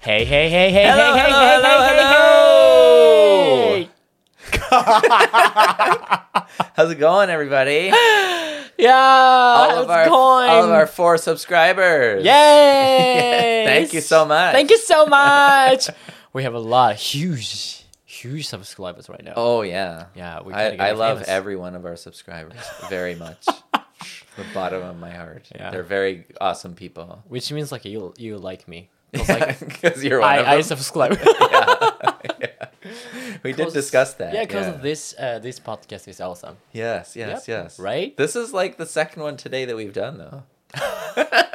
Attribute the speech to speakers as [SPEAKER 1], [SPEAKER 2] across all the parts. [SPEAKER 1] Hey, hey, hey, hey,
[SPEAKER 2] Hello,
[SPEAKER 1] hey, hey,
[SPEAKER 2] hello,
[SPEAKER 1] hey,
[SPEAKER 2] hello,
[SPEAKER 1] hey, hey,
[SPEAKER 2] hello.
[SPEAKER 1] hey.
[SPEAKER 2] How's it going, everybody?
[SPEAKER 1] Yeah,
[SPEAKER 2] all
[SPEAKER 1] all
[SPEAKER 2] of our all of our four subscribers.
[SPEAKER 1] Yay!
[SPEAKER 2] Thank you so much.
[SPEAKER 1] Thank you so much. we have a lot, huge, huge subscribers right now.
[SPEAKER 2] Oh yeah.
[SPEAKER 1] Yeah, we
[SPEAKER 2] I,
[SPEAKER 1] gotta get
[SPEAKER 2] I
[SPEAKER 1] you
[SPEAKER 2] love
[SPEAKER 1] famous.
[SPEAKER 2] every one of our subscribers very much. the bottom of my heart.
[SPEAKER 1] Yeah.
[SPEAKER 2] They're very awesome people.
[SPEAKER 1] Which means like you, you like me. I was like,
[SPEAKER 2] Because you're one of
[SPEAKER 1] I, I
[SPEAKER 2] them.
[SPEAKER 1] subscribe.
[SPEAKER 2] we did
[SPEAKER 1] Because-
[SPEAKER 2] discuss that.
[SPEAKER 1] Yeah, because this uh, this podcast is awesome.
[SPEAKER 2] Yes, yes,
[SPEAKER 1] Yep,
[SPEAKER 2] yes.
[SPEAKER 1] right?
[SPEAKER 2] This is like the second one today that we've done though.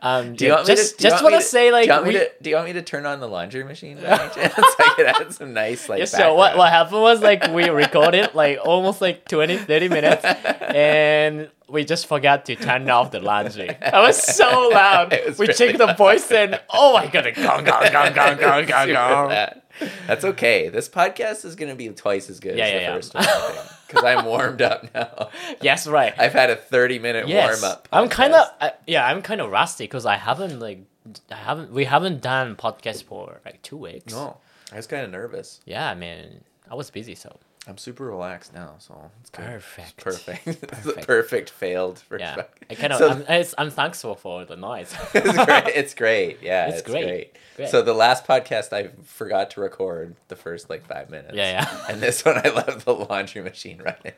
[SPEAKER 1] Um,
[SPEAKER 2] Do you
[SPEAKER 1] yeah,
[SPEAKER 2] want me
[SPEAKER 1] just
[SPEAKER 2] to, do you
[SPEAKER 1] just
[SPEAKER 2] want me
[SPEAKER 1] to
[SPEAKER 2] to-
[SPEAKER 1] say like
[SPEAKER 2] do you, want
[SPEAKER 1] we,
[SPEAKER 2] me to, do you want me to turn on the laundry machine by any chance? I could add some nice like
[SPEAKER 1] yeah, so what,
[SPEAKER 2] background.
[SPEAKER 1] what happened was like we recorded like almost like 20 30 minutes and we just forgot to turn off the laundry that was so loud
[SPEAKER 2] It was
[SPEAKER 1] we
[SPEAKER 2] really
[SPEAKER 1] checked the voice and oh my god gong gong gong gong gong
[SPEAKER 2] Super
[SPEAKER 1] gong gong
[SPEAKER 2] bad. That's okay. This podcast is going to be twice as good
[SPEAKER 1] Yeah,
[SPEAKER 2] as the
[SPEAKER 1] yeah, yeah.
[SPEAKER 2] first one, I think, because I'm warmed up now.
[SPEAKER 1] yes right
[SPEAKER 2] I've had a 30 minute
[SPEAKER 1] yes
[SPEAKER 2] warm up.
[SPEAKER 1] i'm kind of I- yeah i'm kind of rusty because i haven't like i haven't we haven't done podcast for like two weeks
[SPEAKER 2] No, I was kind of nervous.
[SPEAKER 1] yeah i mean i was busy so
[SPEAKER 2] I'm super relaxed now, so it's good.
[SPEAKER 1] Perfect.
[SPEAKER 2] It's perfect. it's the
[SPEAKER 1] Perfect.
[SPEAKER 2] perfect failed. For
[SPEAKER 1] yeah i kind of
[SPEAKER 2] So-
[SPEAKER 1] I'm, it's- I'm thankful for the noise
[SPEAKER 2] it's great. It's great. Yeah,
[SPEAKER 1] It's
[SPEAKER 2] it's,
[SPEAKER 1] great.
[SPEAKER 2] great.
[SPEAKER 1] Great.
[SPEAKER 2] So the last podcast I forgot to record the first like five minutes.
[SPEAKER 1] Yeah, yeah.
[SPEAKER 2] And this one I left the laundry machine running.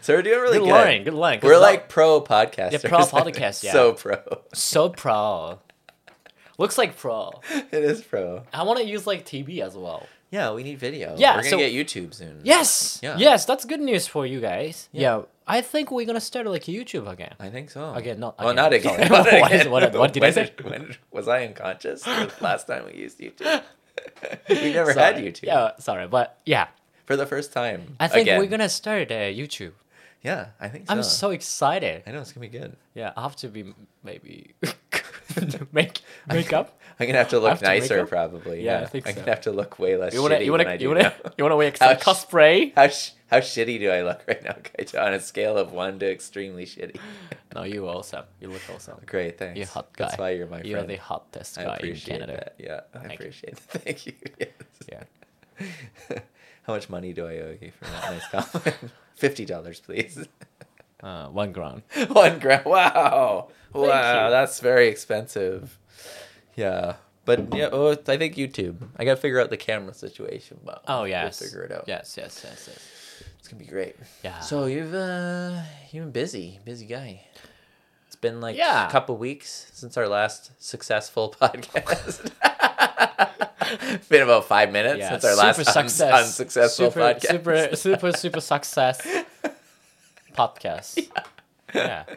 [SPEAKER 2] So we're doing really
[SPEAKER 1] good
[SPEAKER 2] good.
[SPEAKER 1] learning good learning 'cause
[SPEAKER 2] We're
[SPEAKER 1] now-
[SPEAKER 2] like pro podcasters.
[SPEAKER 1] Yeah, pro
[SPEAKER 2] I think.
[SPEAKER 1] podcast, yeah.
[SPEAKER 2] So pro.
[SPEAKER 1] So pro. Looks like pro.
[SPEAKER 2] It is pro.
[SPEAKER 1] I want to use like TV as well.
[SPEAKER 2] Yeah, we need video.
[SPEAKER 1] Yeah,
[SPEAKER 2] we're gonna
[SPEAKER 1] so-
[SPEAKER 2] get YouTube soon.
[SPEAKER 1] Yes.
[SPEAKER 2] Yeah.
[SPEAKER 1] Yes, that's good news for you guys. Yeah.
[SPEAKER 2] Yeah.
[SPEAKER 1] I think we're gonna start like YouTube again.
[SPEAKER 2] I think so.
[SPEAKER 1] Again, not
[SPEAKER 2] Oh,
[SPEAKER 1] again,
[SPEAKER 2] not
[SPEAKER 1] sorry.
[SPEAKER 2] again.
[SPEAKER 1] What
[SPEAKER 2] Not
[SPEAKER 1] is-
[SPEAKER 2] again.
[SPEAKER 1] what- what did I
[SPEAKER 2] When
[SPEAKER 1] say?
[SPEAKER 2] when- was I unconscious the last time we used YouTube? we never had
[SPEAKER 1] Sorry.
[SPEAKER 2] YouTube
[SPEAKER 1] Yeah, sorry, but yeah,
[SPEAKER 2] for the first time.
[SPEAKER 1] I think
[SPEAKER 2] again.
[SPEAKER 1] we're gonna start uh, YouTube.
[SPEAKER 2] Yeah, I think so.
[SPEAKER 1] I'm so excited.
[SPEAKER 2] I know it's gonna be good.
[SPEAKER 1] Yeah, I have to be maybe make make up.
[SPEAKER 2] I'm gonna have to
[SPEAKER 1] I
[SPEAKER 2] look
[SPEAKER 1] have to make
[SPEAKER 2] nicer,
[SPEAKER 1] up?
[SPEAKER 2] probably.
[SPEAKER 1] Yeah,
[SPEAKER 2] Yeah,
[SPEAKER 1] I think
[SPEAKER 2] am
[SPEAKER 1] so.
[SPEAKER 2] gonna have to look way less.
[SPEAKER 1] You wanna
[SPEAKER 2] shitty
[SPEAKER 1] you
[SPEAKER 2] than
[SPEAKER 1] wanna
[SPEAKER 2] I
[SPEAKER 1] you
[SPEAKER 2] do
[SPEAKER 1] wanna
[SPEAKER 2] now.
[SPEAKER 1] you wanna wear some
[SPEAKER 2] How sh-
[SPEAKER 1] cosplay?
[SPEAKER 2] How sh- how shitty do I look right now, Kaito? On a scale of one to extremely shitty.
[SPEAKER 1] No, you awesome. You look awesome.
[SPEAKER 2] Great, thanks.
[SPEAKER 1] You're a hot guy.
[SPEAKER 2] That's why you're my
[SPEAKER 1] You're
[SPEAKER 2] friend.
[SPEAKER 1] the hottest
[SPEAKER 2] I
[SPEAKER 1] guy in
[SPEAKER 2] appreciate
[SPEAKER 1] Canada.
[SPEAKER 2] that. Yeah, I
[SPEAKER 1] Thank you.
[SPEAKER 2] appreciate that. Thank you. Yes.
[SPEAKER 1] Yeah.
[SPEAKER 2] how much money do I owe you for that nice compliment? Fifty dollars, please.
[SPEAKER 1] Uh, one gram.
[SPEAKER 2] one gram. Wow.
[SPEAKER 1] you.
[SPEAKER 2] Wow, that's very expensive. Yeah. But yeah, oh, it's- I think YouTube. I gotta figure out the camera situation, but
[SPEAKER 1] Oh
[SPEAKER 2] yeah,
[SPEAKER 1] yes. Ah.
[SPEAKER 2] we'll figure it out.
[SPEAKER 1] Yes, yes, yes, yes.
[SPEAKER 2] it's gonna be great.
[SPEAKER 1] Yeah.
[SPEAKER 2] So you've uh, you've been busy, busy guy. It's been like
[SPEAKER 1] Yeah.
[SPEAKER 2] a couple weeks since our last successful podcast. it's been about five minutes since our last un- unsuccessful
[SPEAKER 1] super,
[SPEAKER 2] podcast.
[SPEAKER 1] Super, super, super success podcast. Yeah.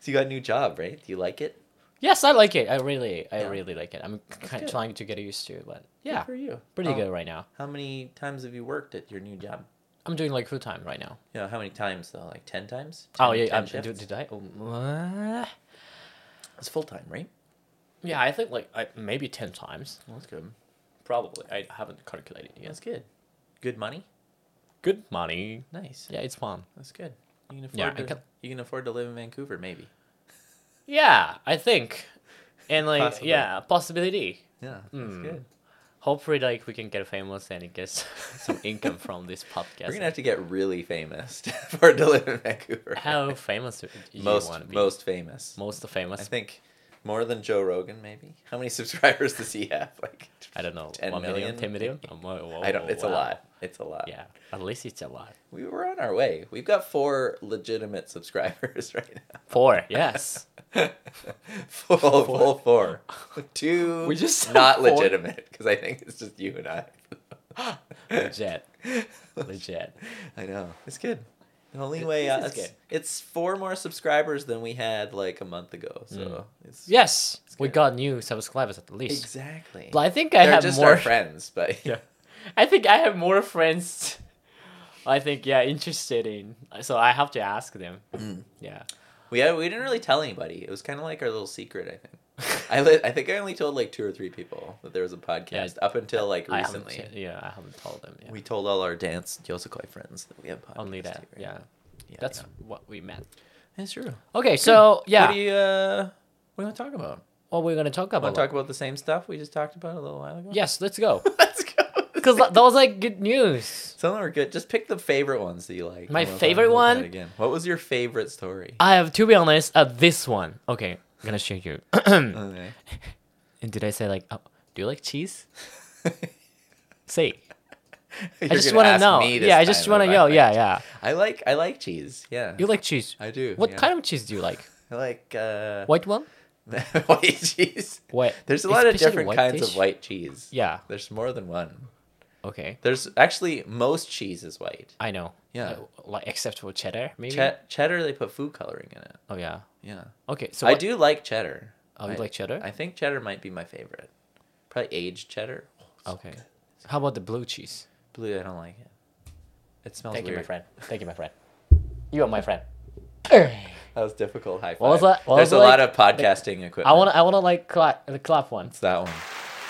[SPEAKER 2] So you got a new job, right? Do you like it?
[SPEAKER 1] Yes, I like it. I really, I
[SPEAKER 2] Yeah.
[SPEAKER 1] really like it. I'm kind of
[SPEAKER 2] good.
[SPEAKER 1] trying to get used to, it, but
[SPEAKER 2] Good
[SPEAKER 1] yeah,
[SPEAKER 2] for you. Oh.
[SPEAKER 1] pretty
[SPEAKER 2] How-
[SPEAKER 1] good right now.
[SPEAKER 2] How many times have you worked at your new job?
[SPEAKER 1] I'm doing like full time right now.
[SPEAKER 2] You know, how many times though? Like ten times?
[SPEAKER 1] Oh
[SPEAKER 2] 10
[SPEAKER 1] yeah,
[SPEAKER 2] 10
[SPEAKER 1] um, did,
[SPEAKER 2] shifts?
[SPEAKER 1] did I? oh, what?
[SPEAKER 2] It's full time, right?
[SPEAKER 1] Yeah, I think like I, maybe ten times.
[SPEAKER 2] Well, that's good.
[SPEAKER 1] Probably. I haven't calculated it yet.
[SPEAKER 2] That's good. Good money.
[SPEAKER 1] Good money.
[SPEAKER 2] Nice.
[SPEAKER 1] Yeah, it's fun.
[SPEAKER 2] That's good. You can afford
[SPEAKER 1] Yeah, I
[SPEAKER 2] to,
[SPEAKER 1] can-
[SPEAKER 2] you can afford to live in Vancouver, maybe.
[SPEAKER 1] Yeah, I think, and like
[SPEAKER 2] Possibly.
[SPEAKER 1] yeah, possibility.
[SPEAKER 2] Yeah, that's
[SPEAKER 1] Mm.
[SPEAKER 2] good.
[SPEAKER 1] Hopefully, like we can get famous and get s- some income from this podcast.
[SPEAKER 2] We're gonna have to get really famous to afford to live in Vancouver.
[SPEAKER 1] How famous do you
[SPEAKER 2] most
[SPEAKER 1] want to be?
[SPEAKER 2] most famous?
[SPEAKER 1] most
[SPEAKER 2] I
[SPEAKER 1] famous.
[SPEAKER 2] think more than Joe Rogan, maybe. How many subscribers does he have? Like
[SPEAKER 1] I don't know.
[SPEAKER 2] 10
[SPEAKER 1] one million,
[SPEAKER 2] million?
[SPEAKER 1] ten million. Um, whoa, whoa,
[SPEAKER 2] I don't.
[SPEAKER 1] whoa,
[SPEAKER 2] It's a
[SPEAKER 1] wow.
[SPEAKER 2] lot. It's a lot.
[SPEAKER 1] Yeah, at least it's a lot.
[SPEAKER 2] We were on our way. We've got four legitimate subscribers right now.
[SPEAKER 1] Four. Yes.
[SPEAKER 2] full, full four. Two.
[SPEAKER 1] We just said
[SPEAKER 2] not
[SPEAKER 1] four.
[SPEAKER 2] legitimate because I think it's just you and I.
[SPEAKER 1] Legit. Legit.
[SPEAKER 2] I know it's good. The only
[SPEAKER 1] It-
[SPEAKER 2] way
[SPEAKER 1] this
[SPEAKER 2] out,
[SPEAKER 1] is
[SPEAKER 2] it's,
[SPEAKER 1] good.
[SPEAKER 2] it's four more subscribers than we had like a month ago.
[SPEAKER 1] Mm.
[SPEAKER 2] So it's
[SPEAKER 1] Yes, we
[SPEAKER 2] good.
[SPEAKER 1] got new subscribers at least.
[SPEAKER 2] exactly.
[SPEAKER 1] But I think I
[SPEAKER 2] They're
[SPEAKER 1] have
[SPEAKER 2] just
[SPEAKER 1] more.
[SPEAKER 2] our friends, but
[SPEAKER 1] Yeah. I think I have more friends. I think yeah, interested in. So I have to ask them. Yeah.
[SPEAKER 2] Mm. we had, we didn't really tell anybody. It was kind of like our little secret. I think I li- I think I only told like two or three people that there was a podcast
[SPEAKER 1] Yeah,
[SPEAKER 2] up until like
[SPEAKER 1] I haven't
[SPEAKER 2] recently.
[SPEAKER 1] said- yeah, I haven't told them. Yeah.
[SPEAKER 2] We told all our dance Yosakoi friends that we have podcasts.
[SPEAKER 1] Only that.
[SPEAKER 2] too, right?
[SPEAKER 1] Yeah.
[SPEAKER 2] yeah,
[SPEAKER 1] That's
[SPEAKER 2] yeah.
[SPEAKER 1] what we meant.
[SPEAKER 2] That's true.
[SPEAKER 1] Okay, so
[SPEAKER 2] What do
[SPEAKER 1] yeah,
[SPEAKER 2] you uh, what do you want to talk about?
[SPEAKER 1] what we're gonna talk
[SPEAKER 2] Want
[SPEAKER 1] about?
[SPEAKER 2] to talk about the same stuff we just talked about a little while ago?
[SPEAKER 1] Yes, let's go.
[SPEAKER 2] Let's go.
[SPEAKER 1] Because that was like good news.
[SPEAKER 2] Some of them are good. Just pick the favorite ones that you like.
[SPEAKER 1] My
[SPEAKER 2] and we'll
[SPEAKER 1] favorite
[SPEAKER 2] talk about
[SPEAKER 1] one?
[SPEAKER 2] that Again, what was your favorite story?
[SPEAKER 1] I have to be honest. Uh, this one. Okay, I'm gonna show you. and
[SPEAKER 2] Okay.
[SPEAKER 1] did I say like, oh, do you like cheese? Say.
[SPEAKER 2] You're
[SPEAKER 1] I just
[SPEAKER 2] gonna
[SPEAKER 1] want to
[SPEAKER 2] ask
[SPEAKER 1] know.
[SPEAKER 2] me this
[SPEAKER 1] Yeah, I just
[SPEAKER 2] time
[SPEAKER 1] want to
[SPEAKER 2] if I
[SPEAKER 1] know.
[SPEAKER 2] like
[SPEAKER 1] Yeah,
[SPEAKER 2] cheese.
[SPEAKER 1] yeah.
[SPEAKER 2] I like I like cheese. Yeah.
[SPEAKER 1] You like cheese?
[SPEAKER 2] I do.
[SPEAKER 1] What
[SPEAKER 2] yeah.
[SPEAKER 1] kind of cheese do you like?
[SPEAKER 2] I like uh,
[SPEAKER 1] White one?
[SPEAKER 2] white cheese.
[SPEAKER 1] White.
[SPEAKER 2] There's a lot of
[SPEAKER 1] especially
[SPEAKER 2] different
[SPEAKER 1] white
[SPEAKER 2] kinds
[SPEAKER 1] fish?
[SPEAKER 2] of white cheese.
[SPEAKER 1] Yeah.
[SPEAKER 2] There's more than one.
[SPEAKER 1] Okay.
[SPEAKER 2] There's actually most cheese is white.
[SPEAKER 1] I know.
[SPEAKER 2] Yeah.
[SPEAKER 1] Uh, like except for cheddar, maybe.
[SPEAKER 2] Che- cheddar they put food coloring in it.
[SPEAKER 1] oh yeah.
[SPEAKER 2] Yeah.
[SPEAKER 1] Okay. So
[SPEAKER 2] I
[SPEAKER 1] what-
[SPEAKER 2] do like cheddar.
[SPEAKER 1] Oh, you
[SPEAKER 2] I-
[SPEAKER 1] like cheddar?
[SPEAKER 2] I think cheddar might be my favorite. Probably aged cheddar.
[SPEAKER 1] Okay. How about the blue cheese?
[SPEAKER 2] Blue, I don't like it. It smells
[SPEAKER 1] Thank you,
[SPEAKER 2] weird.
[SPEAKER 1] my friend. Thank you, my friend. You are my friend.
[SPEAKER 2] That was difficult. High five.
[SPEAKER 1] What was that- what
[SPEAKER 2] There's
[SPEAKER 1] was
[SPEAKER 2] a
[SPEAKER 1] it like-
[SPEAKER 2] lot of podcasting equipment.
[SPEAKER 1] I wanna, I wanna like clap, the clap one.
[SPEAKER 2] It's that one.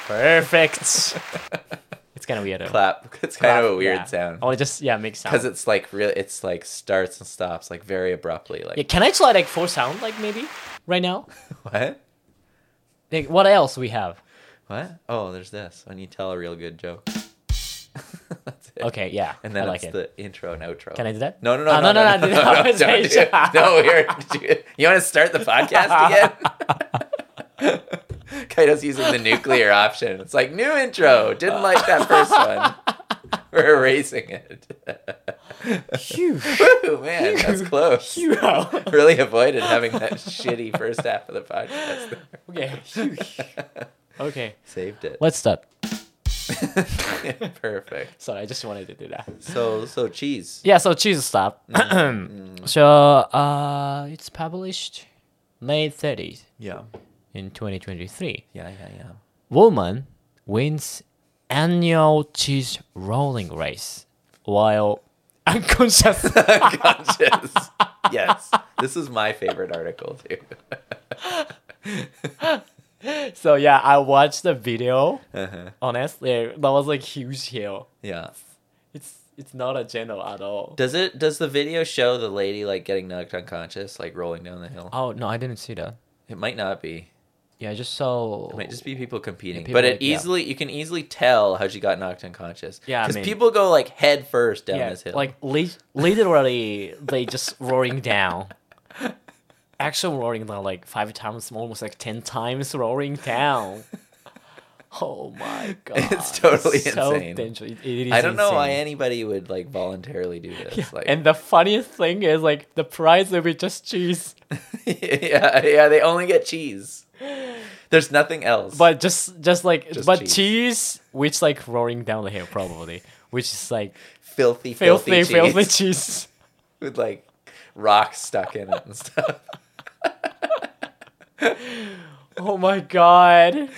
[SPEAKER 1] Perfect. it's kind of weird. though.
[SPEAKER 2] Clap. It's kind of a
[SPEAKER 1] Clap,
[SPEAKER 2] weird
[SPEAKER 1] yeah.
[SPEAKER 2] sound
[SPEAKER 1] I wanna just yeah make sound.
[SPEAKER 2] because it's like real. It's like starts and stops like very abruptly. Like
[SPEAKER 1] Yeah, can I try like full sound like maybe right now?
[SPEAKER 2] what?
[SPEAKER 1] Like what else we have?
[SPEAKER 2] What? Oh, there's this. When you tell a real good joke. That's it.
[SPEAKER 1] Okay, yeah.
[SPEAKER 2] And then
[SPEAKER 1] I like
[SPEAKER 2] it's
[SPEAKER 1] it.
[SPEAKER 2] the intro and outro.
[SPEAKER 1] Can I do that?
[SPEAKER 2] No, no, no,
[SPEAKER 1] Ah,
[SPEAKER 2] no, no, no, no, no,
[SPEAKER 1] I
[SPEAKER 2] no,
[SPEAKER 1] was
[SPEAKER 2] don't do
[SPEAKER 1] saying-
[SPEAKER 2] it. no, here, dude, you want to start the podcast again? Kaido's using the nuclear option. It's like, new intro, didn't like that first one. We're erasing it.
[SPEAKER 1] Phew.
[SPEAKER 2] Woo, man, that's close.
[SPEAKER 1] Phew.
[SPEAKER 2] Really avoided having that shitty first half of the podcast.
[SPEAKER 1] Okay. Okay.
[SPEAKER 2] Saved it.
[SPEAKER 1] Let's start.
[SPEAKER 2] Perfect.
[SPEAKER 1] Sorry, I just wanted to do that.
[SPEAKER 2] So so cheese.
[SPEAKER 1] Yeah, so cheese stop.
[SPEAKER 2] Mm.
[SPEAKER 1] so uh it's published May 30th
[SPEAKER 2] Yeah.
[SPEAKER 1] in 2023.
[SPEAKER 2] Yeah, yeah, yeah.
[SPEAKER 1] Woman wins annual cheese rolling race while unconscious.
[SPEAKER 2] Unconscious. yes. This is my favorite article too.
[SPEAKER 1] so yeah, I watched the video.
[SPEAKER 2] Uh-huh.
[SPEAKER 1] Honestly, that was like huge hill.
[SPEAKER 2] Yeah.
[SPEAKER 1] It's it's not a general at all.
[SPEAKER 2] Does it does the video show the lady like getting knocked unconscious, like rolling down the hill?
[SPEAKER 1] Oh no, I didn't see that.
[SPEAKER 2] It might not be.
[SPEAKER 1] Yeah, I just saw.
[SPEAKER 2] It might just be people competing.
[SPEAKER 1] people
[SPEAKER 2] but it
[SPEAKER 1] like- yeah.
[SPEAKER 2] easily you can easily tell how she got knocked unconscious.
[SPEAKER 1] Yeah, I
[SPEAKER 2] Because
[SPEAKER 1] mean-
[SPEAKER 2] people go like head first down
[SPEAKER 1] yeah,
[SPEAKER 2] this hill.
[SPEAKER 1] like li- literally they just roaring down. Actual roaring down like five times, almost like ten times roaring down. Oh my god!
[SPEAKER 2] It's totally
[SPEAKER 1] so
[SPEAKER 2] insane.
[SPEAKER 1] dangerous. It- it is
[SPEAKER 2] I don't know why
[SPEAKER 1] insane.
[SPEAKER 2] anybody would like voluntarily do this. Like
[SPEAKER 1] and the funniest thing is like the prize will be just cheese,
[SPEAKER 2] yeah, yeah, they only get cheese. There's nothing else.
[SPEAKER 1] but just just like
[SPEAKER 2] Just
[SPEAKER 1] but
[SPEAKER 2] cheese.
[SPEAKER 1] cheese. which like roaring down the hill probably, which is like
[SPEAKER 2] filthy, filthy,
[SPEAKER 1] filthy,
[SPEAKER 2] cheese
[SPEAKER 1] filthy cheese.
[SPEAKER 2] with like rocks stuck in it and stuff.
[SPEAKER 1] Oh my god,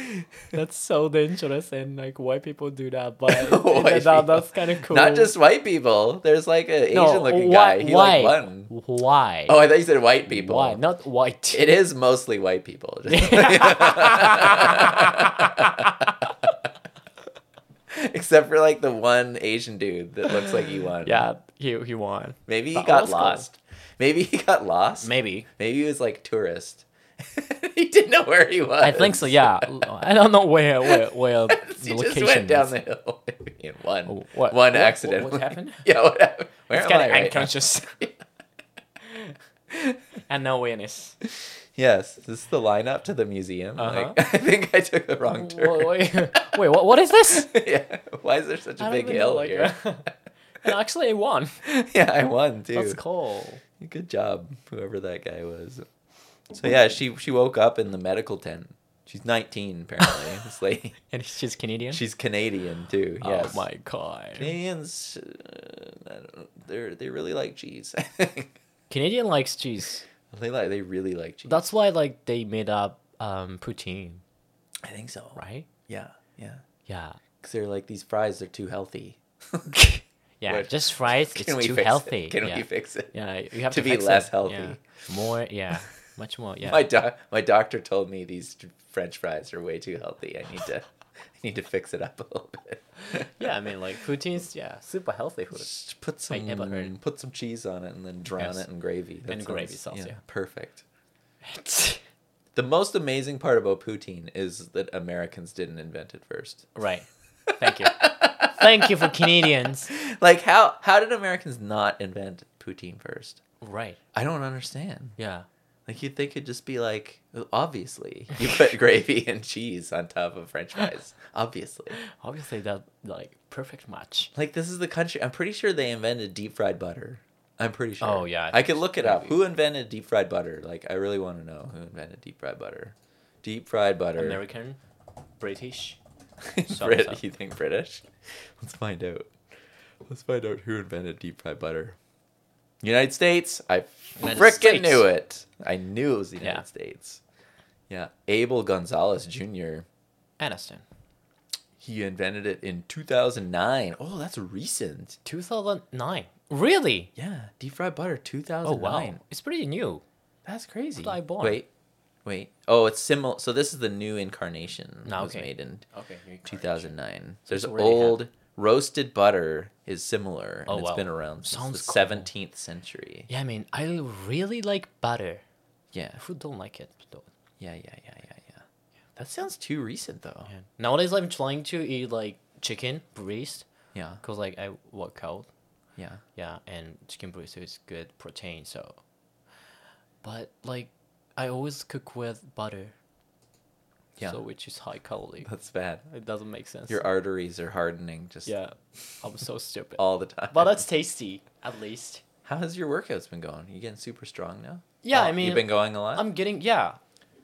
[SPEAKER 1] that's so dangerous, and like why people do that, but
[SPEAKER 2] Why
[SPEAKER 1] that- that-
[SPEAKER 2] people-
[SPEAKER 1] that's kind of cool.
[SPEAKER 2] Not just white people. There's like an Asian
[SPEAKER 1] No,
[SPEAKER 2] looking
[SPEAKER 1] why-
[SPEAKER 2] guy. He
[SPEAKER 1] why?
[SPEAKER 2] like won.
[SPEAKER 1] Why?
[SPEAKER 2] Oh, I thought you said white people.
[SPEAKER 1] why? Not white.
[SPEAKER 2] It is mostly white people. Except for like the one Asian dude that looks like he won.
[SPEAKER 1] yeah, he he won.
[SPEAKER 2] Maybe he
[SPEAKER 1] But
[SPEAKER 2] got
[SPEAKER 1] also-
[SPEAKER 2] lost. Maybe he got lost.
[SPEAKER 1] Maybe.
[SPEAKER 2] Maybe he was like tourist. he didn't know where he was.
[SPEAKER 1] I think so. Yeah, I don't know where where where
[SPEAKER 2] he
[SPEAKER 1] the
[SPEAKER 2] just
[SPEAKER 1] location.
[SPEAKER 2] went down
[SPEAKER 1] is.
[SPEAKER 2] the hill and one.
[SPEAKER 1] Oh, what-
[SPEAKER 2] One
[SPEAKER 1] what-
[SPEAKER 2] accident.
[SPEAKER 1] what happened?
[SPEAKER 2] yeah, what happened? Where
[SPEAKER 1] It's
[SPEAKER 2] am
[SPEAKER 1] kind of
[SPEAKER 2] I right now?
[SPEAKER 1] unconscious and no awareness.
[SPEAKER 2] Yes, this is the lineup to the museum.
[SPEAKER 1] Uh-huh.
[SPEAKER 2] Like, I think I took the wrong
[SPEAKER 1] Wait,
[SPEAKER 2] turn.
[SPEAKER 1] wait, wait, what what is this?
[SPEAKER 2] yeah. Why is there such a
[SPEAKER 1] I don't
[SPEAKER 2] big
[SPEAKER 1] even
[SPEAKER 2] hill
[SPEAKER 1] know, like,
[SPEAKER 2] here?
[SPEAKER 1] And actually, I won.
[SPEAKER 2] yeah, I won too.
[SPEAKER 1] That's cool.
[SPEAKER 2] Good job, whoever that guy was. So yeah, she she woke up in the medical tent. She's 19 apparently. this lady.
[SPEAKER 1] And she's Canadian.
[SPEAKER 2] She's Canadian too. Yes.
[SPEAKER 1] Oh my god.
[SPEAKER 2] Canadians, uh, I don't- they're they really like cheese. I think
[SPEAKER 1] Canadian likes cheese.
[SPEAKER 2] they like they really like cheese.
[SPEAKER 1] That's why like they made up um poutine,
[SPEAKER 2] I think so.
[SPEAKER 1] right?
[SPEAKER 2] Yeah, yeah.
[SPEAKER 1] Yeah.
[SPEAKER 2] Because they're like these fries. They're too healthy.
[SPEAKER 1] Yeah,
[SPEAKER 2] What-
[SPEAKER 1] just fries.
[SPEAKER 2] Can
[SPEAKER 1] it's
[SPEAKER 2] we
[SPEAKER 1] too
[SPEAKER 2] fix it?
[SPEAKER 1] healthy.
[SPEAKER 2] Can
[SPEAKER 1] yeah.
[SPEAKER 2] we fix it?
[SPEAKER 1] yeah, you have to,
[SPEAKER 2] to be
[SPEAKER 1] fix
[SPEAKER 2] less
[SPEAKER 1] it.
[SPEAKER 2] healthy?
[SPEAKER 1] Yeah. More yeah, much more. Yeah.
[SPEAKER 2] My doc, my doctor told me these French fries are way too healthy. I need to, I need to fix it up a little bit.
[SPEAKER 1] yeah, I mean, like poutine's yeah, super healthy food.
[SPEAKER 2] Just put some,
[SPEAKER 1] never heard.
[SPEAKER 2] put some cheese on it, and then drown
[SPEAKER 1] Yes.
[SPEAKER 2] it in gravy. That
[SPEAKER 1] And gravy sauce, yeah.
[SPEAKER 2] perfect. The most amazing part about poutine is that Americans didn't invent it first.
[SPEAKER 1] right. Thank you. Thank you for Canadians.
[SPEAKER 2] Like how how did Americans not invent poutine first?
[SPEAKER 1] Right.
[SPEAKER 2] I don't understand.
[SPEAKER 1] Yeah.
[SPEAKER 2] Like you'd think it'd just be like, obviously, you put gravy and cheese on top of French fries. Obviously,
[SPEAKER 1] Obviously, that like perfect match.
[SPEAKER 2] like this is the country. I'm pretty sure they invented deep fried butter. I'm pretty sure.
[SPEAKER 1] Oh, yeah, I
[SPEAKER 2] I,
[SPEAKER 1] think
[SPEAKER 2] could
[SPEAKER 1] so.
[SPEAKER 2] look it up. Who invented deep fried butter? Like, I really want to know who invented deep fried butter. Deep fried butter.
[SPEAKER 1] American, British. Sorry, sorry.
[SPEAKER 2] Brit- you think British? Let's find out. Let's find out who invented deep fried butter. United States. I
[SPEAKER 1] United
[SPEAKER 2] frickin'
[SPEAKER 1] States.
[SPEAKER 2] knew it. I knew it was the
[SPEAKER 1] Yeah.
[SPEAKER 2] United States. Yeah. Abel Gonzalez Jr.
[SPEAKER 1] Aniston.
[SPEAKER 2] He invented it in 2009. Oh, that's recent.
[SPEAKER 1] 2009. Really?
[SPEAKER 2] Yeah, deep fried butter 2009.
[SPEAKER 1] Oh wow, it's pretty new.
[SPEAKER 2] That's crazy.
[SPEAKER 1] I bought.
[SPEAKER 2] Wait. Wait. Oh, it's similar. So this is the new incarnation.
[SPEAKER 1] Ah,
[SPEAKER 2] that was
[SPEAKER 1] okay.
[SPEAKER 2] made in
[SPEAKER 1] Okay.
[SPEAKER 2] 2009. There's
[SPEAKER 1] it's already
[SPEAKER 2] old roasted butter is similar,
[SPEAKER 1] Oh,
[SPEAKER 2] and it's
[SPEAKER 1] wow.
[SPEAKER 2] been around since
[SPEAKER 1] Sounds
[SPEAKER 2] the
[SPEAKER 1] cool.
[SPEAKER 2] 17th century.
[SPEAKER 1] Yeah, I mean, I really like butter.
[SPEAKER 2] Yeah.
[SPEAKER 1] Who don't like it? Though?
[SPEAKER 2] Yeah. Yeah. Yeah. Yeah. Yeah. That sounds too recent, though.
[SPEAKER 1] Yeah. Nowadays, I'm trying to eat like chicken breast
[SPEAKER 2] Yeah.
[SPEAKER 1] because like I work out.
[SPEAKER 2] Yeah.
[SPEAKER 1] Yeah, and chicken breast is good protein. So, but like, I always cook with butter.
[SPEAKER 2] Yeah.
[SPEAKER 1] So which is high calorie.
[SPEAKER 2] That's bad.
[SPEAKER 1] It doesn't make sense.
[SPEAKER 2] Your arteries are hardening just
[SPEAKER 1] yeah, I'm so stupid.
[SPEAKER 2] all the time.
[SPEAKER 1] But that's tasty, at least.
[SPEAKER 2] How has your workouts been going? you getting super strong now?
[SPEAKER 1] Yeah,
[SPEAKER 2] Oh,
[SPEAKER 1] I mean,
[SPEAKER 2] you've been going a lot.
[SPEAKER 1] I'm getting yeah,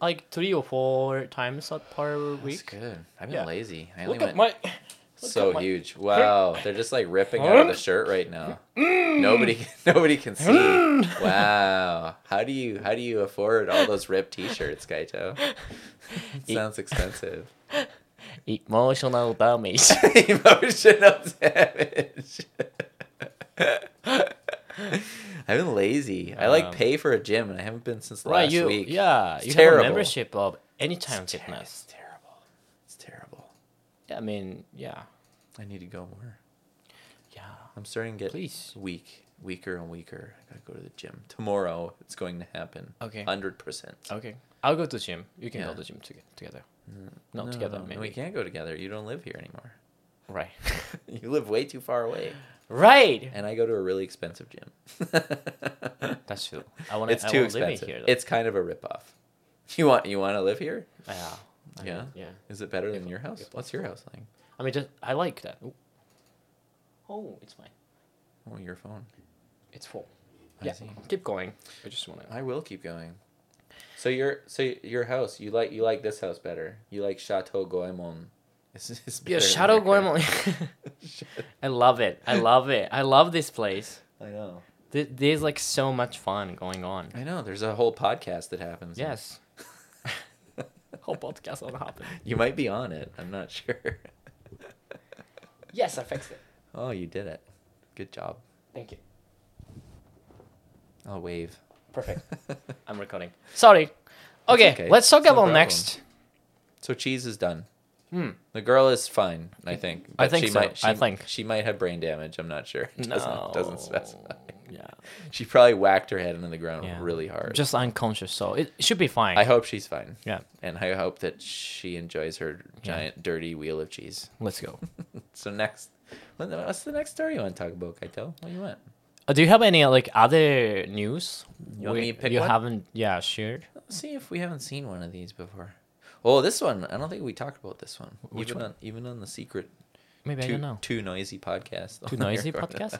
[SPEAKER 1] like three or four times a- per
[SPEAKER 2] That's
[SPEAKER 1] week.
[SPEAKER 2] good. I've been
[SPEAKER 1] Yeah.
[SPEAKER 2] lazy. I only
[SPEAKER 1] Look at
[SPEAKER 2] went
[SPEAKER 1] my. look
[SPEAKER 2] so
[SPEAKER 1] at my-
[SPEAKER 2] huge. Wow, they're just like ripping out of the shirt right now.
[SPEAKER 1] Mm.
[SPEAKER 2] Nobody, nobody can see. Wow, how do you how do you afford all those ripped T-shirts, Kaito? It sounds expensive.
[SPEAKER 1] Emotional damage.
[SPEAKER 2] Emotional damage. I've been lazy. I like
[SPEAKER 1] Um,
[SPEAKER 2] pay for a gym, and I haven't been since last
[SPEAKER 1] right, you
[SPEAKER 2] week.
[SPEAKER 1] yeah,
[SPEAKER 2] It's
[SPEAKER 1] you
[SPEAKER 2] terrible.
[SPEAKER 1] have a membership of Anytime
[SPEAKER 2] it's, ter- it's
[SPEAKER 1] Fitness.
[SPEAKER 2] terrible. It's terrible.
[SPEAKER 1] Yeah, I mean, yeah,
[SPEAKER 2] I need to go more.
[SPEAKER 1] yeah.
[SPEAKER 2] I'm starting to get
[SPEAKER 1] Please.
[SPEAKER 2] weak, weaker and weaker. I gotta go to the gym tomorrow. It's going to happen.
[SPEAKER 1] Okay.
[SPEAKER 2] hundred percent.
[SPEAKER 1] Okay, I'll go to gym. You can go
[SPEAKER 2] Yeah. Mm.
[SPEAKER 1] to gym toge- together. Not together, maybe.
[SPEAKER 2] we can't go together. You don't live here anymore.
[SPEAKER 1] Right,
[SPEAKER 2] you live way too far away,
[SPEAKER 1] right.
[SPEAKER 2] and I go to a really expensive gym.
[SPEAKER 1] That's true. I want to.
[SPEAKER 2] it's too expensive.
[SPEAKER 1] Here, though.
[SPEAKER 2] it's kind of a ripoff. You want you want to live here?
[SPEAKER 1] yeah, I
[SPEAKER 2] yeah.
[SPEAKER 1] mean, yeah.
[SPEAKER 2] Is it better than
[SPEAKER 1] If-
[SPEAKER 2] your house?
[SPEAKER 1] if-
[SPEAKER 2] What's your house like?
[SPEAKER 1] I mean, just I like that. Ooh. Oh, it's mine.
[SPEAKER 2] Oh, your phone.
[SPEAKER 1] It's full.
[SPEAKER 2] I
[SPEAKER 1] yeah,
[SPEAKER 2] see.
[SPEAKER 1] keep going. I just want to.
[SPEAKER 2] I will keep going. So your so your house you like you like this house better. You like Chateau Goemon. It's, it's
[SPEAKER 1] Yeah,
[SPEAKER 2] better than
[SPEAKER 1] Shadow
[SPEAKER 2] your current-
[SPEAKER 1] Goemon. I love it. I love it. I love this place.
[SPEAKER 2] I know.
[SPEAKER 1] Th- There's like so much fun going on.
[SPEAKER 2] I know. There's a whole podcast that happens.
[SPEAKER 1] Yes. Whole podcast on happen.
[SPEAKER 2] You might be on it. I'm not sure.
[SPEAKER 1] Yes, I fixed it.
[SPEAKER 2] Oh, you did it. Good job.
[SPEAKER 1] Thank you.
[SPEAKER 2] I'll wave.
[SPEAKER 1] Perfect. I'm recording. Sorry. Okay,
[SPEAKER 2] okay.
[SPEAKER 1] let's talk
[SPEAKER 2] It's no
[SPEAKER 1] about
[SPEAKER 2] problem.
[SPEAKER 1] next.
[SPEAKER 2] so cheese is done.
[SPEAKER 1] Hmm.
[SPEAKER 2] The girl is fine, I think.
[SPEAKER 1] I
[SPEAKER 2] but
[SPEAKER 1] think
[SPEAKER 2] she
[SPEAKER 1] so.
[SPEAKER 2] might she,
[SPEAKER 1] I think.
[SPEAKER 2] she might have brain damage. I'm not sure. It doesn't doesn't specify.
[SPEAKER 1] Yeah.
[SPEAKER 2] She probably whacked her head into the ground
[SPEAKER 1] Yeah.
[SPEAKER 2] really hard.
[SPEAKER 1] Just unconscious, so it should be fine.
[SPEAKER 2] I hope she's fine.
[SPEAKER 1] yeah.
[SPEAKER 2] And I hope that she enjoys her giant dirty wheel of cheese.
[SPEAKER 1] Let's go.
[SPEAKER 2] So next what- what's the next story you want to talk about, Kaito? What do you want?
[SPEAKER 1] Uh, do you have any like other news?
[SPEAKER 2] You want
[SPEAKER 1] we-
[SPEAKER 2] me to pick
[SPEAKER 1] you
[SPEAKER 2] one?
[SPEAKER 1] haven't? Yeah, sure.
[SPEAKER 2] Let's see if we haven't seen one of these before. Oh, this one. I don't think we talked about this one.
[SPEAKER 1] Which
[SPEAKER 2] even
[SPEAKER 1] one?
[SPEAKER 2] on even on the secret
[SPEAKER 1] Maybe I
[SPEAKER 2] too,
[SPEAKER 1] don't know.
[SPEAKER 2] too noisy podcast.
[SPEAKER 1] Too noisy podcast?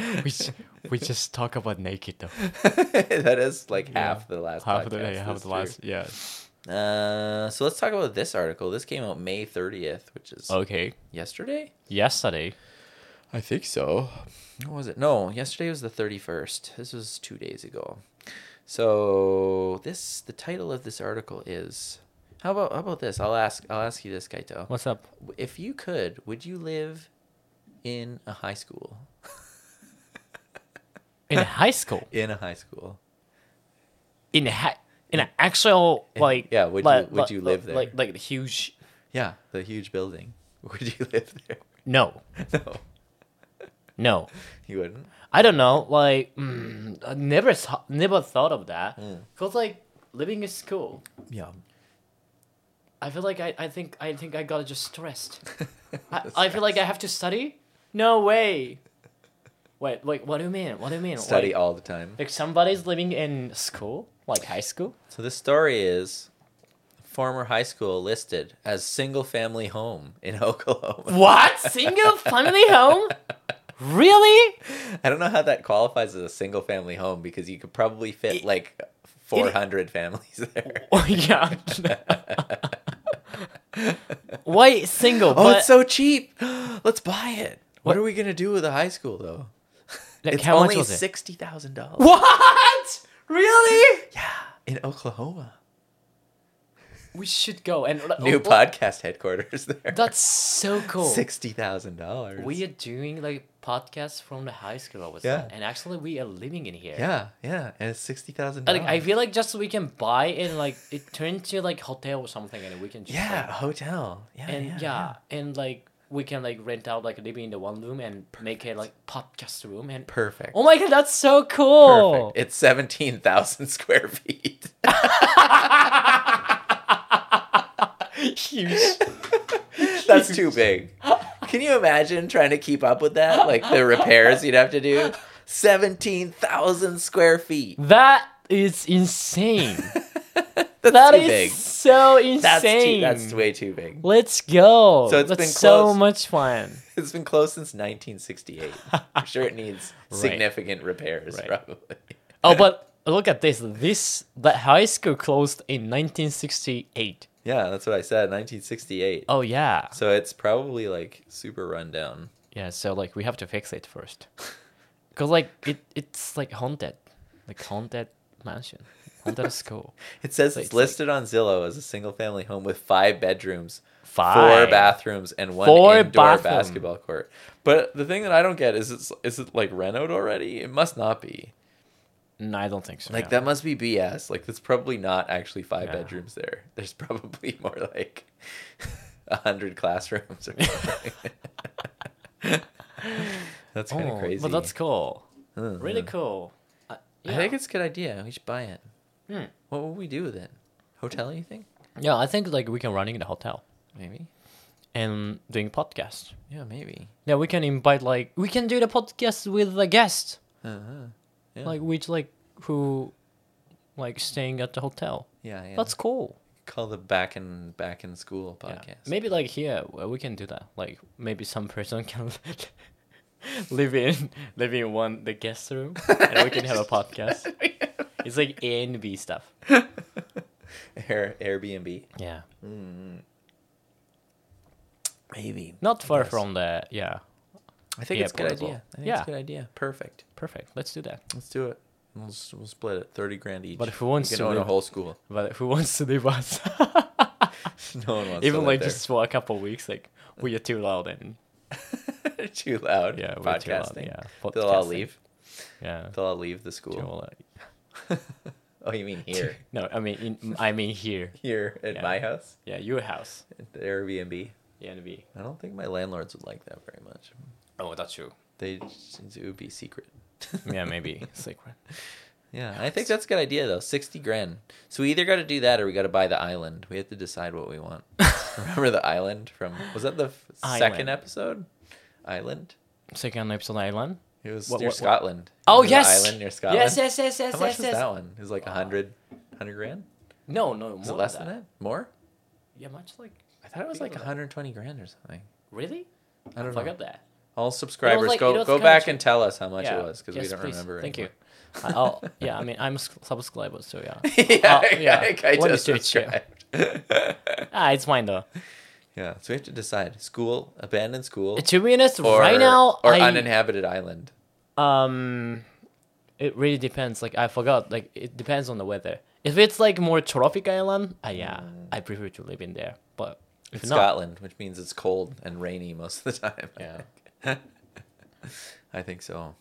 [SPEAKER 1] we, s- we just talk about naked though.
[SPEAKER 2] that is like
[SPEAKER 1] Yeah.
[SPEAKER 2] half the last
[SPEAKER 1] Half of the
[SPEAKER 2] podcast,
[SPEAKER 1] day, half
[SPEAKER 2] that's
[SPEAKER 1] of the last.
[SPEAKER 2] true.
[SPEAKER 1] Yeah.
[SPEAKER 2] Uh, so let's talk about this article. This came out May 30th, which is
[SPEAKER 1] Okay.
[SPEAKER 2] yesterday?
[SPEAKER 1] Yesterday.
[SPEAKER 2] I think so. What was it? No, yesterday was the 31st. This was two days ago. So this the title of this article is how about how about this? I'll ask I'll ask you this, Kaito.
[SPEAKER 1] What's up?
[SPEAKER 2] If you could, would you live in a high school?
[SPEAKER 1] In high school.
[SPEAKER 2] In a high school.
[SPEAKER 1] in ha- in an actual like
[SPEAKER 2] yeah, would
[SPEAKER 1] like-
[SPEAKER 2] you- would you live there?
[SPEAKER 1] Like like the huge
[SPEAKER 2] Yeah, the huge building. Would you live there?
[SPEAKER 1] no
[SPEAKER 2] No,
[SPEAKER 1] no.
[SPEAKER 2] you wouldn't.
[SPEAKER 1] I don't know. Like mm, I never saw, never thought of that because like living is cool.
[SPEAKER 2] Yeah.
[SPEAKER 1] I feel like I, I think I think I got just stressed. I, I feel like I have to study. No way. Wait, wait. What do you mean? What do you mean?
[SPEAKER 2] Study
[SPEAKER 1] Like,
[SPEAKER 2] all the time.
[SPEAKER 1] like somebody's living in school, like high school.
[SPEAKER 2] So this story is former high school listed as single family home in Oklahoma.
[SPEAKER 1] What? Single family home? Really?
[SPEAKER 2] I don't know how that qualifies as a single family home because you could probably fit
[SPEAKER 1] It-
[SPEAKER 2] like 400 families there.
[SPEAKER 1] Oh, yeah. Why single?
[SPEAKER 2] Oh,
[SPEAKER 1] but
[SPEAKER 2] it's so cheap. Let's buy it. What, are we going to do with a high school though?
[SPEAKER 1] like,
[SPEAKER 2] it's
[SPEAKER 1] how
[SPEAKER 2] only
[SPEAKER 1] much was it?
[SPEAKER 2] $60,000.
[SPEAKER 1] What? Really?
[SPEAKER 2] Yeah, in Oklahoma.
[SPEAKER 1] We should go and
[SPEAKER 2] New
[SPEAKER 1] oh, oh,
[SPEAKER 2] podcast headquarters there.
[SPEAKER 1] That's so cool.
[SPEAKER 2] Sixty thousand dollars.
[SPEAKER 1] We are doing like podcasts from the high school or what's
[SPEAKER 2] Yeah.
[SPEAKER 1] that? And actually, we are living in here.
[SPEAKER 2] Yeah, yeah, and it's sixty thousand
[SPEAKER 1] I, like, I
[SPEAKER 2] dollars.
[SPEAKER 1] feel like just we can buy it and like it turns to like hotel or something and we can just like,
[SPEAKER 2] Yeah, a hotel. Yeah,
[SPEAKER 1] and yeah,
[SPEAKER 2] yeah,
[SPEAKER 1] and like we can like rent out like living in the one room and make it like podcast room and
[SPEAKER 2] Perfect.
[SPEAKER 1] oh my god that's so cool
[SPEAKER 2] Perfect. It's seventeen thousand square feet.
[SPEAKER 1] huge
[SPEAKER 2] That's too big. Can you imagine trying to keep up with that? Like the repairs you'd have to do. Seventeen thousand square feet.
[SPEAKER 1] that is insane
[SPEAKER 2] That's
[SPEAKER 1] That
[SPEAKER 2] too
[SPEAKER 1] is
[SPEAKER 2] big.
[SPEAKER 1] so insane
[SPEAKER 2] That's too. That's way too big.
[SPEAKER 1] let's go
[SPEAKER 2] So it's
[SPEAKER 1] that's
[SPEAKER 2] been
[SPEAKER 1] so
[SPEAKER 2] close.
[SPEAKER 1] much fun
[SPEAKER 2] It's been closed since 1968. I'm sure it needs significant repairs,
[SPEAKER 1] Right.
[SPEAKER 2] probably.
[SPEAKER 1] oh but look at this this the high school closed in 1968
[SPEAKER 2] Yeah, that's what I said. 1968.
[SPEAKER 1] oh yeah
[SPEAKER 2] So it's probably like super rundown.
[SPEAKER 1] Yeah, so like we have to fix it first. Cause like it it's like haunted. Like haunted mansion. Haunted school.
[SPEAKER 2] It says
[SPEAKER 1] Wait,
[SPEAKER 2] it's
[SPEAKER 1] it's like-
[SPEAKER 2] listed on Zillow as a single family home with five bedrooms, four
[SPEAKER 1] Five.
[SPEAKER 2] bathrooms, and one
[SPEAKER 1] Four
[SPEAKER 2] indoor
[SPEAKER 1] bathroom.
[SPEAKER 2] basketball court. But the thing that I don't get is it's is it like renoed already? It must not be.
[SPEAKER 1] No, I don't think so.
[SPEAKER 2] Like
[SPEAKER 1] no.
[SPEAKER 2] that must be BS. Like that's probably not actually five
[SPEAKER 1] Yeah.
[SPEAKER 2] bedrooms there. There's probably more like a hundred classrooms or something. that's kind of
[SPEAKER 1] Oh,
[SPEAKER 2] crazy.
[SPEAKER 1] But that's cool.
[SPEAKER 2] Mm,
[SPEAKER 1] Really
[SPEAKER 2] mm.
[SPEAKER 1] cool. Uh, yeah.
[SPEAKER 2] I think it's a good idea. We should buy it.
[SPEAKER 1] Hmm.
[SPEAKER 2] What would we do with it? Hotel, you think?
[SPEAKER 1] yeah, I think like we can run in the hotel
[SPEAKER 2] Maybe.
[SPEAKER 1] and doing podcast.
[SPEAKER 2] Yeah, maybe.
[SPEAKER 1] Yeah, we can invite like we can do the podcast with the guest.
[SPEAKER 2] Uh-huh. Yeah.
[SPEAKER 1] Like which like who like staying at the hotel.
[SPEAKER 2] yeah, yeah.
[SPEAKER 1] That's
[SPEAKER 2] Let's
[SPEAKER 1] cool.
[SPEAKER 2] call the back in back in school
[SPEAKER 1] Yeah.
[SPEAKER 2] podcast.
[SPEAKER 1] Maybe like here uh, we can do that. Like maybe some person can live in live in one the guest room and we can have a podcast. It's like Airbnb stuff.
[SPEAKER 2] Air, Airbnb. Hmm.
[SPEAKER 1] Yeah.
[SPEAKER 2] Maybe.
[SPEAKER 1] Not
[SPEAKER 2] I
[SPEAKER 1] far
[SPEAKER 2] guess.
[SPEAKER 1] from the yeah.
[SPEAKER 2] I think
[SPEAKER 1] the
[SPEAKER 2] it's a good
[SPEAKER 1] airport as well.
[SPEAKER 2] idea. I think
[SPEAKER 1] Yeah.
[SPEAKER 2] it's a good idea. Perfect.
[SPEAKER 1] Perfect. Let's do that.
[SPEAKER 2] Let's do it. We'll, s- we'll split it. Thirty grand each.
[SPEAKER 1] But if we want
[SPEAKER 2] you can
[SPEAKER 1] to
[SPEAKER 2] own a
[SPEAKER 1] live-
[SPEAKER 2] whole school.
[SPEAKER 1] But who wants to leave us?
[SPEAKER 2] No one wants
[SPEAKER 1] Even
[SPEAKER 2] to
[SPEAKER 1] like
[SPEAKER 2] live
[SPEAKER 1] just for a couple of weeks, like we are too loud and
[SPEAKER 2] there. too loud.
[SPEAKER 1] yeah, we're
[SPEAKER 2] podcasting.
[SPEAKER 1] too loud. Yeah,
[SPEAKER 2] They'll all
[SPEAKER 1] podcasting.
[SPEAKER 2] leave.
[SPEAKER 1] Yeah.
[SPEAKER 2] They'll all leave the school.
[SPEAKER 1] They'll all-
[SPEAKER 2] Oh, you mean here?
[SPEAKER 1] No, I mean in, I mean here.
[SPEAKER 2] here at
[SPEAKER 1] Yeah.
[SPEAKER 2] my house,
[SPEAKER 1] Yeah, your house.
[SPEAKER 2] at the Airbnb.
[SPEAKER 1] Airbnb.
[SPEAKER 2] I don't think my landlords would like that very much.
[SPEAKER 1] Oh, that's true.
[SPEAKER 2] They just- it would be secret.
[SPEAKER 1] Yeah, maybe secret.
[SPEAKER 2] Yeah, I think that's a good idea though. Sixty grand. So we either got to do that or we got to buy the island. We have to decide what we want. Remember the island from was that the f- second
[SPEAKER 1] Island.
[SPEAKER 2] episode? Island.
[SPEAKER 1] Second episode island.
[SPEAKER 2] It was
[SPEAKER 1] What-
[SPEAKER 2] near
[SPEAKER 1] what- what-
[SPEAKER 2] Scotland.
[SPEAKER 1] Oh
[SPEAKER 2] Remember the
[SPEAKER 1] yes,
[SPEAKER 2] island near Scotland.
[SPEAKER 1] Yes, yes, yes, yes,
[SPEAKER 2] How much
[SPEAKER 1] yes.
[SPEAKER 2] was
[SPEAKER 1] yes.
[SPEAKER 2] that one? It was like a hundred, hundred grand.
[SPEAKER 1] No, no,
[SPEAKER 2] Was
[SPEAKER 1] more
[SPEAKER 2] it less
[SPEAKER 1] than
[SPEAKER 2] than that? More?
[SPEAKER 1] Yeah, much like
[SPEAKER 2] I thought it was
[SPEAKER 1] think
[SPEAKER 2] like
[SPEAKER 1] it was like-
[SPEAKER 2] hundred twenty grand or something.
[SPEAKER 1] really.
[SPEAKER 2] I don't know.
[SPEAKER 1] Forgot that.
[SPEAKER 2] All subscribers,
[SPEAKER 1] like- it
[SPEAKER 2] go
[SPEAKER 1] was
[SPEAKER 2] go
[SPEAKER 1] kinda
[SPEAKER 2] back
[SPEAKER 1] cheap.
[SPEAKER 2] and tell us how much
[SPEAKER 1] yeah.
[SPEAKER 2] it was because we
[SPEAKER 1] yes,
[SPEAKER 2] don't
[SPEAKER 1] please.
[SPEAKER 2] remember.
[SPEAKER 1] Thank
[SPEAKER 2] anymore.
[SPEAKER 1] you. I- I'll, yeah, I mean I'm a s- subscriber, so yeah.
[SPEAKER 2] yeah,
[SPEAKER 1] Uh, yeah.
[SPEAKER 2] Kai
[SPEAKER 1] Let me
[SPEAKER 2] just
[SPEAKER 1] search, yeah.
[SPEAKER 2] subscribed.
[SPEAKER 1] Ah, it's mine though.
[SPEAKER 2] yeah, so we have to decide: school, abandoned school,
[SPEAKER 1] Uh, To be honest,
[SPEAKER 2] or
[SPEAKER 1] right now
[SPEAKER 2] or
[SPEAKER 1] I
[SPEAKER 2] uninhabited island.
[SPEAKER 1] um, it really depends. Like I forgot. Like it depends on the weather. If it's like more tropic island, ah, yeah,
[SPEAKER 2] Mm.
[SPEAKER 1] I prefer to live in there. But if
[SPEAKER 2] It's
[SPEAKER 1] not,
[SPEAKER 2] Scotland, which means it's cold and rainy most of the time. I
[SPEAKER 1] Yeah.
[SPEAKER 2] think. I think so.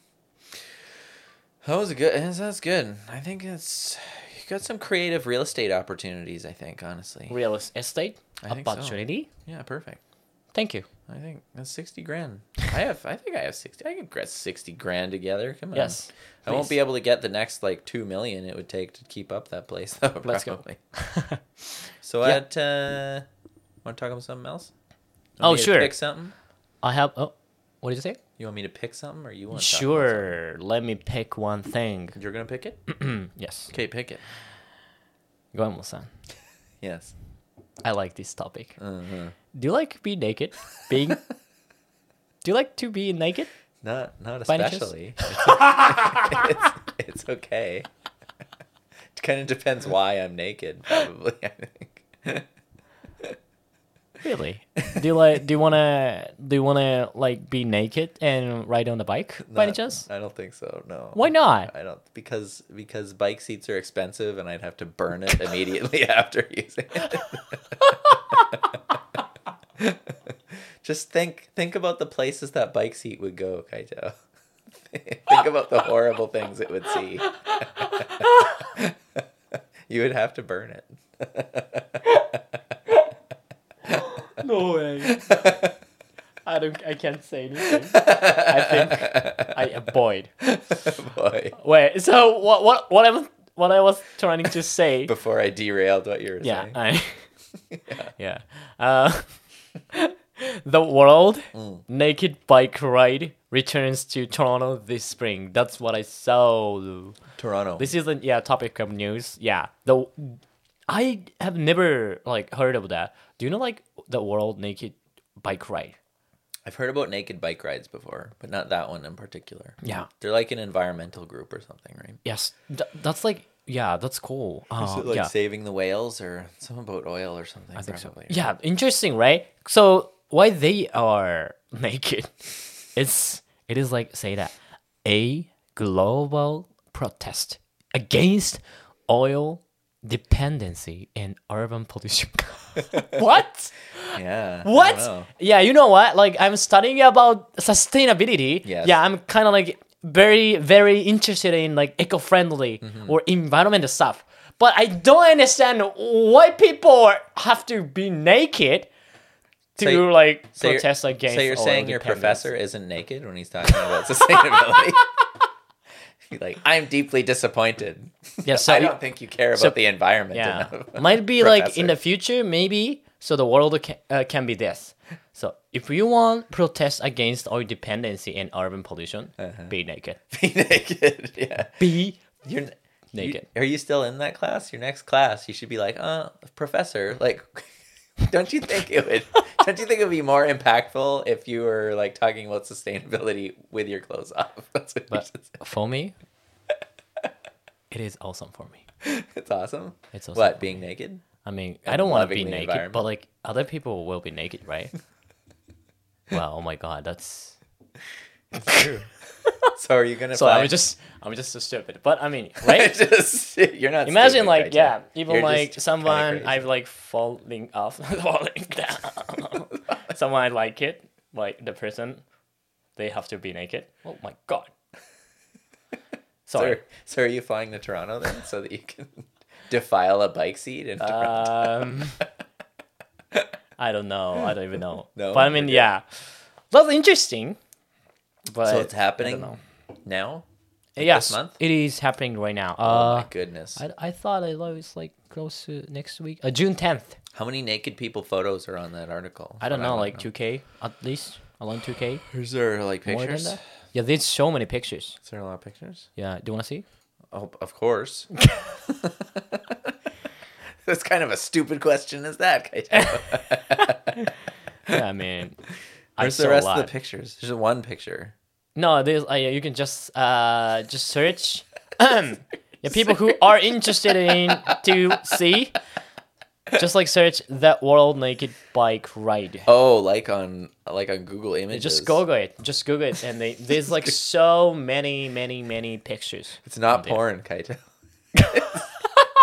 [SPEAKER 2] That was a good. That's good. I think it's got some creative real estate opportunities. I think honestly.
[SPEAKER 1] Real estate
[SPEAKER 2] I think so.
[SPEAKER 1] opportunity.
[SPEAKER 2] Yeah, perfect.
[SPEAKER 1] Thank you.
[SPEAKER 2] I think that's sixty grand. I have. I think I have sixty. I could get sixty grand together. Come on.
[SPEAKER 1] Yes,
[SPEAKER 2] I won't be
[SPEAKER 1] please.
[SPEAKER 2] able to get the next like two million it would take to keep up that place though.
[SPEAKER 1] Let's go.
[SPEAKER 2] Probably. So
[SPEAKER 1] Yeah.
[SPEAKER 2] at uh, want to talk about something else?
[SPEAKER 1] Oh,
[SPEAKER 2] me to
[SPEAKER 1] sure.
[SPEAKER 2] Pick something.
[SPEAKER 1] I have. Oh, what did you say?
[SPEAKER 2] You want me to pick something, or you want? To talk about
[SPEAKER 1] Sure. Let me pick one thing.
[SPEAKER 2] something? You're gonna pick it.
[SPEAKER 1] yes.
[SPEAKER 2] okay, pick it.
[SPEAKER 1] Go on, Musan.
[SPEAKER 2] Yes.
[SPEAKER 1] I like this topic.
[SPEAKER 2] Mhm.
[SPEAKER 1] Do you like being naked? Being. Do you like to be naked?
[SPEAKER 2] Not not
[SPEAKER 1] By any chance?
[SPEAKER 2] especially. it's, it's okay. It kind of depends why I'm naked, probably. I think.
[SPEAKER 1] Really? Do you like? Do you wanna? Do you wanna like be naked and ride on the bike by any
[SPEAKER 2] Not-
[SPEAKER 1] chance?
[SPEAKER 2] I don't think so. No.
[SPEAKER 1] Why not?
[SPEAKER 2] I don't because because bike seats are expensive and I'd have to burn it immediately after using it. Just think think about the places that bike seat would go, Kaito. think about the horrible things it would see. you would have to burn it.
[SPEAKER 1] No way. I don't. I can't say anything. I think I avoid.
[SPEAKER 2] Boy.
[SPEAKER 1] Wait. So what? What? What I was? What I was trying to say.
[SPEAKER 2] Before I derailed what you were
[SPEAKER 1] yeah.
[SPEAKER 2] saying.
[SPEAKER 1] I, yeah. Uh, the world
[SPEAKER 2] Mm.
[SPEAKER 1] naked bike ride returns to Toronto this spring. That's what I saw.
[SPEAKER 2] Toronto.
[SPEAKER 1] This is a yeah topic of news. Yeah, the I have never like heard of that. Do you know like the world naked bike ride?
[SPEAKER 2] I've heard about naked bike rides before, but not that one in particular.
[SPEAKER 1] Yeah.
[SPEAKER 2] They're like an environmental group or something, right?
[SPEAKER 1] Yes, th- that's like yeah, that's cool.
[SPEAKER 2] Is
[SPEAKER 1] Uh,
[SPEAKER 2] it like
[SPEAKER 1] yeah,
[SPEAKER 2] saving the whales or something about oil or something?
[SPEAKER 1] I think so.
[SPEAKER 2] probably.
[SPEAKER 1] Yeah, interesting, right? So why they are naked? It's it is like say that a global protest against oil dependency and urban pollution. what?
[SPEAKER 2] Yeah. I don't know.
[SPEAKER 1] What? Yeah, you know what? Like I'm studying about sustainability.
[SPEAKER 2] Yes.
[SPEAKER 1] Yeah, I'm kind of like very very interested in like eco-friendly
[SPEAKER 2] Mm-hmm.
[SPEAKER 1] or environmental stuff. But I don't understand why people have to be naked to
[SPEAKER 2] So you-
[SPEAKER 1] like
[SPEAKER 2] So you're-
[SPEAKER 1] protest against.
[SPEAKER 2] So you're
[SPEAKER 1] oil
[SPEAKER 2] saying your
[SPEAKER 1] dependence.
[SPEAKER 2] professor isn't naked when he's talking about sustainability? He's like, I'm deeply disappointed.
[SPEAKER 1] Yeah, so
[SPEAKER 2] I
[SPEAKER 1] you-
[SPEAKER 2] don't think you care about
[SPEAKER 1] so-
[SPEAKER 2] the environment
[SPEAKER 1] Yeah,
[SPEAKER 2] enough.
[SPEAKER 1] might be like in
[SPEAKER 2] Professor.
[SPEAKER 1] the future, maybe. So the world can, uh, can be this. So if you want protest against oil dependency and urban pollution,
[SPEAKER 2] Uh-huh.
[SPEAKER 1] be naked.
[SPEAKER 2] Be naked. Yeah.
[SPEAKER 1] Be
[SPEAKER 2] You're n- you-
[SPEAKER 1] Naked.
[SPEAKER 2] are you still in that class? Your next class, you should be like, uh, professor, like, don't you think it would? don't you think it would be more impactful if you were like talking about sustainability with your clothes off? That's what you
[SPEAKER 1] But
[SPEAKER 2] should say.
[SPEAKER 1] for me, it is awesome for me.
[SPEAKER 2] It's awesome.
[SPEAKER 1] It's awesome
[SPEAKER 2] what being naked?
[SPEAKER 1] I mean, I don't want to be
[SPEAKER 2] loving the
[SPEAKER 1] naked, but
[SPEAKER 2] environment.
[SPEAKER 1] like other people will be naked, right? wow, oh my god, that's
[SPEAKER 2] True. so are you gonna?
[SPEAKER 1] so.
[SPEAKER 2] find...
[SPEAKER 1] I'm just, I'm just so stupid. But I mean, right?
[SPEAKER 2] Just- you're not.
[SPEAKER 1] Imagine
[SPEAKER 2] stupid,
[SPEAKER 1] like
[SPEAKER 2] Kaito.
[SPEAKER 1] yeah, even
[SPEAKER 2] You're
[SPEAKER 1] like
[SPEAKER 2] just kinda
[SPEAKER 1] someone
[SPEAKER 2] crazy.
[SPEAKER 1] I've like falling off, falling down. someone I like it, like the person, they have to be naked. Oh my god.
[SPEAKER 2] So,
[SPEAKER 1] Sorry.
[SPEAKER 2] are- so are you flying to Toronto then, so that you can defile a bike seat in Toronto?
[SPEAKER 1] Um, I don't know. I don't even know.
[SPEAKER 2] No,
[SPEAKER 1] but I mean,
[SPEAKER 2] okay.
[SPEAKER 1] yeah, that's interesting. But
[SPEAKER 2] so it's happening
[SPEAKER 1] Uh, know.
[SPEAKER 2] now.
[SPEAKER 1] yes,
[SPEAKER 2] month?
[SPEAKER 1] it is happening right now.
[SPEAKER 2] oh
[SPEAKER 1] Uh,
[SPEAKER 2] my goodness!
[SPEAKER 1] I, I thought I was like close to next week, uh, June tenth.
[SPEAKER 2] How many naked people photos are on that article?
[SPEAKER 1] I don't
[SPEAKER 2] What
[SPEAKER 1] know,
[SPEAKER 2] wanna
[SPEAKER 1] like two K at least around two K.
[SPEAKER 2] Is there like
[SPEAKER 1] More than
[SPEAKER 2] pictures?
[SPEAKER 1] that. Yeah, there's so many pictures.
[SPEAKER 2] Is there a lot of pictures?
[SPEAKER 1] Yeah, do you want to see?
[SPEAKER 2] Oh, of course. That's kind of a stupid question. Is that? Kaito?
[SPEAKER 1] Yeah, I mean, I
[SPEAKER 2] Where's
[SPEAKER 1] saw
[SPEAKER 2] the
[SPEAKER 1] a
[SPEAKER 2] rest
[SPEAKER 1] lot.
[SPEAKER 2] of the pictures? There's one picture.
[SPEAKER 1] No, there's uh, yeah, you can just uh just search. Um, yeah, people who are interested in to see, just like search that world naked bike ride.
[SPEAKER 2] Oh, like on like on Google Images.
[SPEAKER 1] Just Google it. Just Google it, and they, there's like so many, many, many pictures.
[SPEAKER 2] It's not
[SPEAKER 1] there.
[SPEAKER 2] porn, Kaito.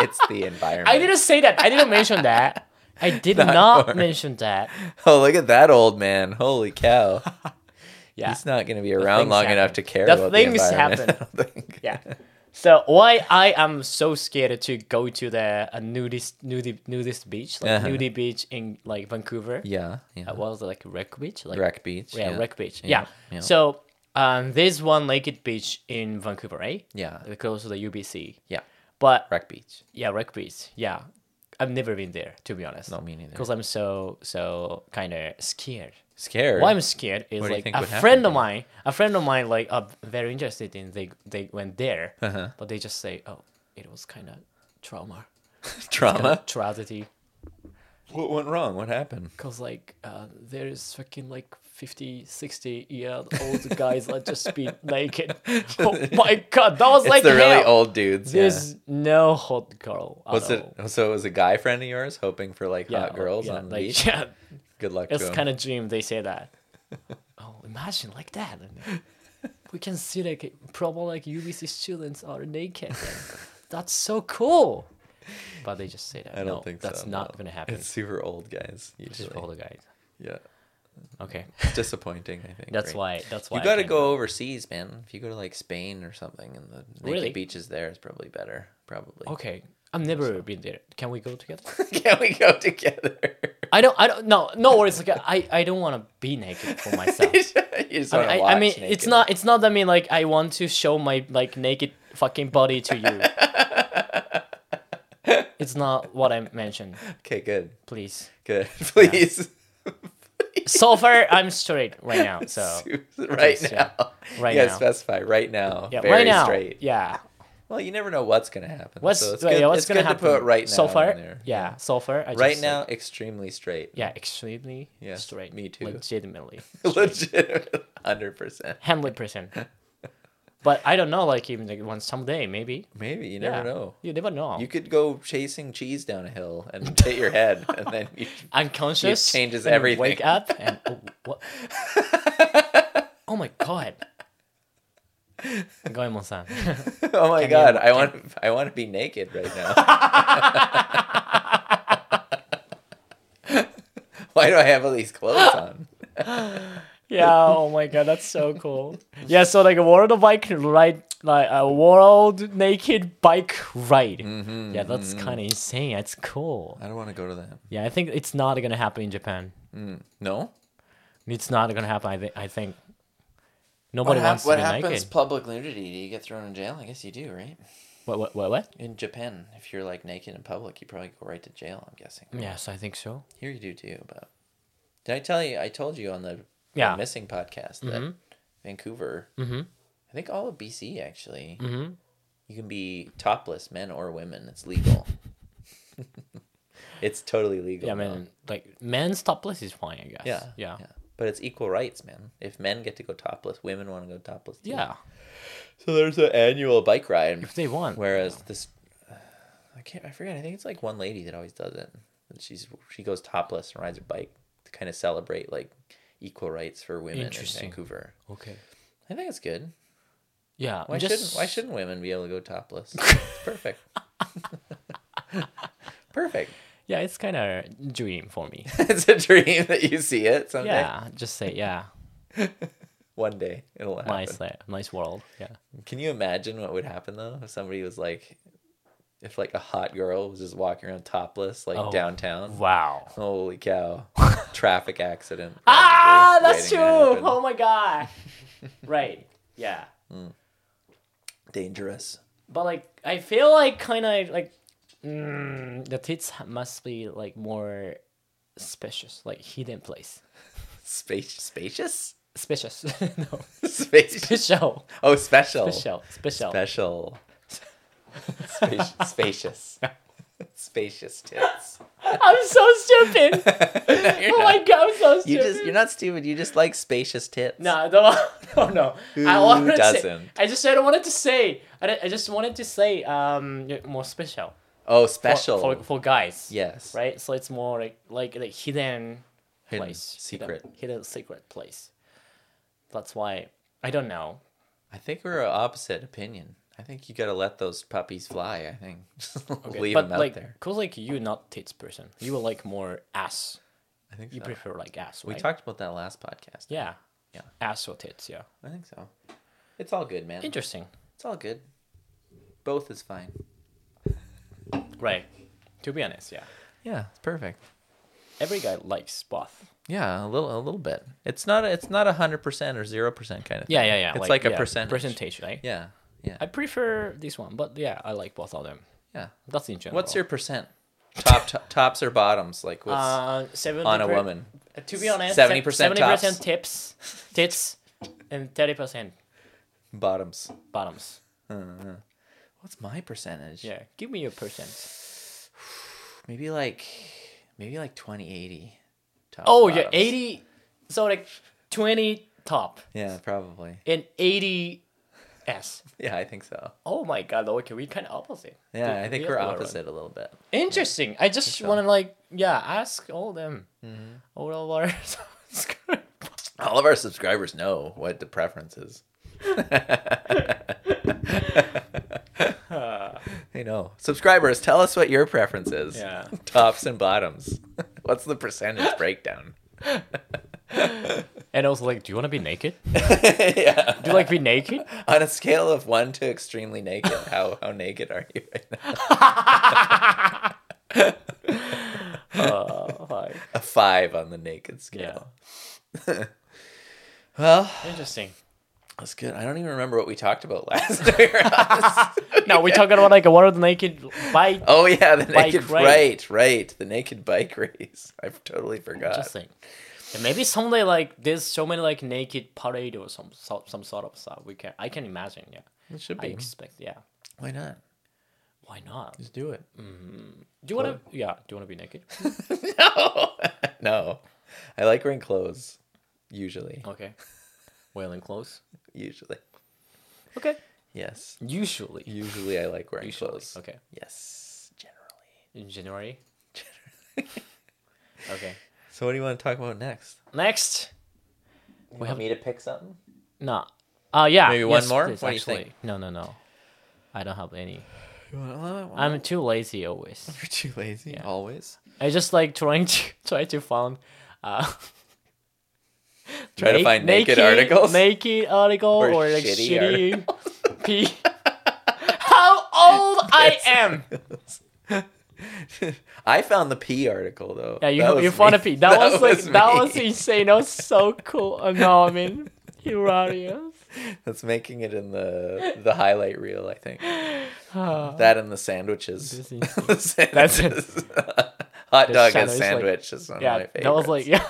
[SPEAKER 2] it's the environment.
[SPEAKER 1] I didn't say that. I didn't mention that. I did not,
[SPEAKER 2] porn.
[SPEAKER 1] mention that.
[SPEAKER 2] Oh, look at that old man! Holy cow!
[SPEAKER 1] Yeah,
[SPEAKER 2] He's not going to be around
[SPEAKER 1] things
[SPEAKER 2] long enough
[SPEAKER 1] happen.
[SPEAKER 2] to care
[SPEAKER 1] The
[SPEAKER 2] about
[SPEAKER 1] things
[SPEAKER 2] the environment.
[SPEAKER 1] happen.
[SPEAKER 2] I don't think.
[SPEAKER 1] yeah. So why I am so scared to go to the a nudist nudie nudist beach, like
[SPEAKER 2] Uh-huh.
[SPEAKER 1] nudie beach in like Vancouver.
[SPEAKER 2] Yeah. yeah.
[SPEAKER 1] Uh, what was it like wreck beach? Like
[SPEAKER 2] Wreck Beach.
[SPEAKER 1] Yeah,
[SPEAKER 2] yeah.
[SPEAKER 1] wreck beach.
[SPEAKER 2] Yeah,
[SPEAKER 1] Yeah.
[SPEAKER 2] yeah.
[SPEAKER 1] So um, there's one naked beach in Vancouver, right?
[SPEAKER 2] Yeah.
[SPEAKER 1] Close to the UBC.
[SPEAKER 2] Yeah.
[SPEAKER 1] But
[SPEAKER 2] Wreck Beach.
[SPEAKER 1] yeah, wreck beach. Yeah, I've never been there to be honest.
[SPEAKER 2] No, me neither.
[SPEAKER 1] Because I'm so so kind of scared.
[SPEAKER 2] Scared.
[SPEAKER 1] Why I'm scared is
[SPEAKER 2] What do you
[SPEAKER 1] like
[SPEAKER 2] think
[SPEAKER 1] a
[SPEAKER 2] would happen
[SPEAKER 1] friend of
[SPEAKER 2] then?
[SPEAKER 1] mine, a friend of mine, like are very interested in. They they went there,
[SPEAKER 2] Uh-huh.
[SPEAKER 1] but they just say, "Oh, it was kind of trauma, kind
[SPEAKER 2] Trauma.
[SPEAKER 1] of tragedy."
[SPEAKER 2] What went wrong? What happened?
[SPEAKER 1] Cause like uh, there's fucking like 50, 60 year old guys that just be naked. Oh my god, that was
[SPEAKER 2] It's
[SPEAKER 1] like
[SPEAKER 2] the really
[SPEAKER 1] hell.
[SPEAKER 2] old dudes. Yeah.
[SPEAKER 1] There's no hot girl. at
[SPEAKER 2] Was it
[SPEAKER 1] all.
[SPEAKER 2] so? It was a guy friend of yours hoping for like hot
[SPEAKER 1] oh,
[SPEAKER 2] girls
[SPEAKER 1] yeah,
[SPEAKER 2] on the
[SPEAKER 1] like,
[SPEAKER 2] beach.
[SPEAKER 1] Yeah,
[SPEAKER 2] Good luck to
[SPEAKER 1] it's
[SPEAKER 2] him.
[SPEAKER 1] kind of dream. They say that. oh, imagine like that. and We can see like probably like UBC students are naked. and That's so cool. But they just say that.
[SPEAKER 2] I don't
[SPEAKER 1] no,
[SPEAKER 2] think
[SPEAKER 1] that's
[SPEAKER 2] so,
[SPEAKER 1] not
[SPEAKER 2] no.
[SPEAKER 1] gonna happen.
[SPEAKER 2] It's super old guys.
[SPEAKER 1] It's just
[SPEAKER 2] Usually.
[SPEAKER 1] older guys.
[SPEAKER 2] Yeah.
[SPEAKER 1] Okay,
[SPEAKER 2] Disappointing. I think.
[SPEAKER 1] that's
[SPEAKER 2] right?
[SPEAKER 1] why. That's why
[SPEAKER 2] You
[SPEAKER 1] I
[SPEAKER 2] got to
[SPEAKER 1] can't
[SPEAKER 2] go overseas, man. If you go to like Spain or something, and the naked
[SPEAKER 1] Really?
[SPEAKER 2] beaches there is probably better. Probably.
[SPEAKER 1] Okay, I've never been there. Can we go together?
[SPEAKER 2] Can we go together?
[SPEAKER 1] I don't. I don't. No, no worries. Like I, I don't want to be naked for myself.
[SPEAKER 2] you just
[SPEAKER 1] I
[SPEAKER 2] want
[SPEAKER 1] mean,
[SPEAKER 2] to
[SPEAKER 1] I,
[SPEAKER 2] watch
[SPEAKER 1] I mean it's
[SPEAKER 2] naked.
[SPEAKER 1] not. It's not. that I mean, like I want to show my like naked fucking body to you. it's not what I mentioned.
[SPEAKER 2] Okay. Good.
[SPEAKER 1] Please,
[SPEAKER 2] Good. Please.
[SPEAKER 1] so far I'm straight right now. So
[SPEAKER 2] right
[SPEAKER 1] Please, yeah.
[SPEAKER 2] now.
[SPEAKER 1] Right
[SPEAKER 2] you gotta
[SPEAKER 1] now.
[SPEAKER 2] specify right now.
[SPEAKER 1] yeah,
[SPEAKER 2] Very
[SPEAKER 1] right now.
[SPEAKER 2] straight.
[SPEAKER 1] Yeah.
[SPEAKER 2] Well, you never know what's gonna happen.
[SPEAKER 1] What's
[SPEAKER 2] so it's
[SPEAKER 1] yeah,
[SPEAKER 2] good,
[SPEAKER 1] what's
[SPEAKER 2] it's
[SPEAKER 1] gonna
[SPEAKER 2] good
[SPEAKER 1] happen
[SPEAKER 2] to put right now
[SPEAKER 1] so far?
[SPEAKER 2] in there.
[SPEAKER 1] Yeah, so far. I just,
[SPEAKER 2] Right
[SPEAKER 1] like,
[SPEAKER 2] now, extremely straight.
[SPEAKER 1] yeah, extremely
[SPEAKER 2] Yes,
[SPEAKER 1] straight.
[SPEAKER 2] me too.
[SPEAKER 1] Legitimately.
[SPEAKER 2] Legit, hundred percent.
[SPEAKER 1] Hundred percent. But I don't know, like even like one someday maybe.
[SPEAKER 2] Maybe you never
[SPEAKER 1] Yeah.
[SPEAKER 2] know.
[SPEAKER 1] You never know.
[SPEAKER 2] You could go chasing cheese down a hill and hit your head, and then you
[SPEAKER 1] Unconscious
[SPEAKER 2] It changes
[SPEAKER 1] and
[SPEAKER 2] everything.
[SPEAKER 1] Wake up and oh, what? oh my god. Goemon-san.
[SPEAKER 2] oh
[SPEAKER 1] Can
[SPEAKER 2] my
[SPEAKER 1] you-
[SPEAKER 2] god, I want I want to be naked right now. Why do I have all these clothes on?
[SPEAKER 1] yeah. Oh my god, that's so cool. Yeah. So like a world bike ride, like a world naked bike ride.
[SPEAKER 2] Mm-hmm,
[SPEAKER 1] Yeah, that's kind of insane. That's cool.
[SPEAKER 2] I don't want to go to that.
[SPEAKER 1] Yeah, I think it's not gonna happen in Japan.
[SPEAKER 2] No.
[SPEAKER 1] It's not gonna happen. I, th- I think
[SPEAKER 2] What,
[SPEAKER 1] nobody
[SPEAKER 2] hap-
[SPEAKER 1] wants
[SPEAKER 2] what
[SPEAKER 1] to be
[SPEAKER 2] happens
[SPEAKER 1] naked.
[SPEAKER 2] public nudity? Do you get thrown in jail? I guess you do, right?
[SPEAKER 1] What, what? What? What?
[SPEAKER 2] In Japan, if you're like naked in public, you probably go right to jail. I'm guessing.
[SPEAKER 1] Yes, I think so.
[SPEAKER 2] Here you do too. But did I tell you? I told you on the
[SPEAKER 1] Yeah. Mm-hmm.
[SPEAKER 2] the missing podcast that Vancouver, I think all of BC actually,
[SPEAKER 1] mm-hmm.
[SPEAKER 2] you can be topless, men or women. It's legal. it's totally legal.
[SPEAKER 1] Yeah, I
[SPEAKER 2] now.
[SPEAKER 1] mean, like men's topless is fine, I guess.
[SPEAKER 2] Yeah,
[SPEAKER 1] Yeah.
[SPEAKER 2] But it's equal rights, man. If men get to go topless, women want to go topless too.
[SPEAKER 1] Yeah.
[SPEAKER 2] So there's an annual bike ride.
[SPEAKER 1] If they want.
[SPEAKER 2] Whereas this, I can't. I forget. I think it's like one lady that always does it. And She's she goes topless and rides her bike to kind of celebrate like equal rights for women in
[SPEAKER 1] Interesting.
[SPEAKER 2] Vancouver.
[SPEAKER 1] Okay.
[SPEAKER 2] I think it's good.
[SPEAKER 1] Yeah.
[SPEAKER 2] Why
[SPEAKER 1] just-
[SPEAKER 2] shouldn't Why shouldn't women be able to go topless? It's perfect. perfect.
[SPEAKER 1] Yeah, it's kind of a dream for me.
[SPEAKER 2] It's a dream that you see it someday.
[SPEAKER 1] yeah. Just say yeah.
[SPEAKER 2] One day it'll happen.
[SPEAKER 1] Nice, uh, nice world. Yeah.
[SPEAKER 2] Can you imagine what would happen though if somebody was like, if like a hot girl was just walking around topless like
[SPEAKER 1] Oh.
[SPEAKER 2] downtown?
[SPEAKER 1] Wow.
[SPEAKER 2] Holy cow. Traffic accident.
[SPEAKER 1] Ah,
[SPEAKER 2] probably,
[SPEAKER 1] that's true.
[SPEAKER 2] waiting to happen.
[SPEAKER 1] Oh my god. right. Yeah.
[SPEAKER 2] Dangerous.
[SPEAKER 1] But like, I feel like kind of like mm, the tits ha- must be like more spacious, like hidden place.
[SPEAKER 2] Space spacious?
[SPEAKER 1] Spacious. no.
[SPEAKER 2] Spacious.
[SPEAKER 1] Special.
[SPEAKER 2] Oh, special.
[SPEAKER 1] Special. Special.
[SPEAKER 2] Special. Spacious. spacious. spacious tits.
[SPEAKER 1] I'm so stupid.
[SPEAKER 2] You're
[SPEAKER 1] oh
[SPEAKER 2] not-
[SPEAKER 1] my god, I'm so stupid.
[SPEAKER 2] you just you're not stupid, you just like spacious tits.
[SPEAKER 1] No, I don't. Oh no.
[SPEAKER 2] Who
[SPEAKER 1] I wanted To say,
[SPEAKER 2] doesn't?
[SPEAKER 1] I just I don't wanted to say. I, don't- I just wanted to say um yeah, more special.
[SPEAKER 2] Oh,
[SPEAKER 1] For-
[SPEAKER 2] special.
[SPEAKER 1] for, for, guys.
[SPEAKER 2] yes.
[SPEAKER 1] Right. So it's more like like like hidden,
[SPEAKER 2] Hidden
[SPEAKER 1] place,
[SPEAKER 2] secret.
[SPEAKER 1] hidden, hidden secret place. That's why I don't know.
[SPEAKER 2] I think we're of opposite opinion. I think you gotta let those puppies fly. I think just leave
[SPEAKER 1] but
[SPEAKER 2] them out
[SPEAKER 1] like,
[SPEAKER 2] there.
[SPEAKER 1] cause like you're not tits person. You were like more ass.
[SPEAKER 2] I think
[SPEAKER 1] You
[SPEAKER 2] so.
[SPEAKER 1] prefer like ass.
[SPEAKER 2] we
[SPEAKER 1] right?
[SPEAKER 2] talked about that last podcast.
[SPEAKER 1] Yeah.
[SPEAKER 2] Yeah.
[SPEAKER 1] Ass or tits. Yeah.
[SPEAKER 2] I think so. It's all good, man.
[SPEAKER 1] Interesting.
[SPEAKER 2] It's all good. Both is fine.
[SPEAKER 1] Right. To be honest, yeah.
[SPEAKER 2] Yeah, it's perfect.
[SPEAKER 1] Every guy likes both.
[SPEAKER 2] Yeah, a little, a little bit. It's not, a, it's not a hundred percent or zero percent kind of. thing.
[SPEAKER 1] Yeah, yeah, yeah.
[SPEAKER 2] It's like, a
[SPEAKER 1] yeah,
[SPEAKER 2] percentage.
[SPEAKER 1] Presentation, right?
[SPEAKER 2] Yeah, yeah,
[SPEAKER 1] I prefer this one, but yeah, I like both of them.
[SPEAKER 2] yeah.
[SPEAKER 1] That's in general.
[SPEAKER 2] What's your percent? Top, to tops or bottoms? Like what's
[SPEAKER 1] uh, 70
[SPEAKER 2] on a woman?
[SPEAKER 1] To be honest,
[SPEAKER 2] 70%
[SPEAKER 1] 70%
[SPEAKER 2] tops.
[SPEAKER 1] tips, tits, and 30%
[SPEAKER 2] Bottoms.
[SPEAKER 1] bottoms.
[SPEAKER 2] What's my percentage?
[SPEAKER 1] Yeah, give me your percent.
[SPEAKER 2] Maybe like, maybe like 20, 80. Tops,
[SPEAKER 1] Oh, yeah,
[SPEAKER 2] bottoms.
[SPEAKER 1] 80. So like 20 top
[SPEAKER 2] Yeah, probably.
[SPEAKER 1] and 80 S.
[SPEAKER 2] Yeah, I think so.
[SPEAKER 1] Oh my god, okay, we kind of opposite.
[SPEAKER 2] Yeah,
[SPEAKER 1] Dude,
[SPEAKER 2] I think
[SPEAKER 1] we
[SPEAKER 2] we're
[SPEAKER 1] are
[SPEAKER 2] opposite a little bit.
[SPEAKER 1] Interesting. Mm-hmm. I just want to like yeah, ask all them, all of our subscribers.
[SPEAKER 2] All of our subscribers know what the preference is. they know. Subscribers, tell us what your preference is.
[SPEAKER 1] Yeah.
[SPEAKER 2] Tops and bottoms. What's the percentage breakdown?
[SPEAKER 1] And I was like, do you want to be naked?
[SPEAKER 2] yeah.
[SPEAKER 1] Do you like be naked?
[SPEAKER 2] On a scale of one to extremely naked, how how naked are you right now?
[SPEAKER 1] Oh, hi.
[SPEAKER 2] A five on the naked
[SPEAKER 1] yeah.
[SPEAKER 2] scale. Well,
[SPEAKER 1] Interesting.
[SPEAKER 2] that's good. I don't even remember what we talked about last time. we were on this.
[SPEAKER 1] No, we talking about like what are the naked by
[SPEAKER 2] Oh yeah, the
[SPEAKER 1] Bike race.
[SPEAKER 2] naked right, right, the naked bike race. I totally forgot.
[SPEAKER 1] interesting. And maybe someday like there's so many like naked parade or some so- some sort of stuff. We can I can imagine. Yeah,
[SPEAKER 2] It should
[SPEAKER 1] I
[SPEAKER 2] be.
[SPEAKER 1] expect. Yeah,
[SPEAKER 2] Why not?
[SPEAKER 1] why not?
[SPEAKER 2] Just do it.
[SPEAKER 1] Do you want to? Yeah, do you want to be naked?
[SPEAKER 2] No, no. I like wearing clothes. Usually,
[SPEAKER 1] Okay, wearing clothes.
[SPEAKER 2] usually,
[SPEAKER 1] Okay,
[SPEAKER 2] yes.
[SPEAKER 1] usually.
[SPEAKER 2] Usually, I like wearing
[SPEAKER 1] Usually.
[SPEAKER 2] clothes.
[SPEAKER 1] Okay.
[SPEAKER 2] Yes, generally.
[SPEAKER 1] In January. okay.
[SPEAKER 2] So, what do you want to talk about next?
[SPEAKER 1] Next.
[SPEAKER 2] We have me to pick something.
[SPEAKER 1] No. Uh yeah.
[SPEAKER 2] Maybe one
[SPEAKER 1] yes,
[SPEAKER 2] more?
[SPEAKER 1] please,
[SPEAKER 2] What do you
[SPEAKER 1] actually.
[SPEAKER 2] think?
[SPEAKER 1] No, no, no. I don't have any.
[SPEAKER 2] You want another one?
[SPEAKER 1] I'm too lazy always.
[SPEAKER 2] You're too lazy.
[SPEAKER 1] Yeah.
[SPEAKER 2] Always
[SPEAKER 1] I just like trying to try to find uh
[SPEAKER 2] try to
[SPEAKER 1] na-
[SPEAKER 2] find naked, articles.
[SPEAKER 1] Naked article or,
[SPEAKER 2] Or
[SPEAKER 1] like
[SPEAKER 2] shitty
[SPEAKER 1] shitty p How old I am.
[SPEAKER 2] I found the P article though.
[SPEAKER 1] Yeah, you
[SPEAKER 2] That was
[SPEAKER 1] you found
[SPEAKER 2] me.
[SPEAKER 1] a P. That, was like that
[SPEAKER 2] me.
[SPEAKER 1] was insane. That was so cool. Uh, no, I mean hilarious.
[SPEAKER 2] That's making it in the the highlight reel, I think.
[SPEAKER 1] Ah.
[SPEAKER 2] That and the sandwiches.
[SPEAKER 1] This is-
[SPEAKER 2] The
[SPEAKER 1] That's it.
[SPEAKER 2] sandwiches. Hot
[SPEAKER 1] The
[SPEAKER 2] dog and
[SPEAKER 1] sandwich, like-
[SPEAKER 2] sandwich is one of my
[SPEAKER 1] yeah,
[SPEAKER 2] favorites.
[SPEAKER 1] that was like yeah.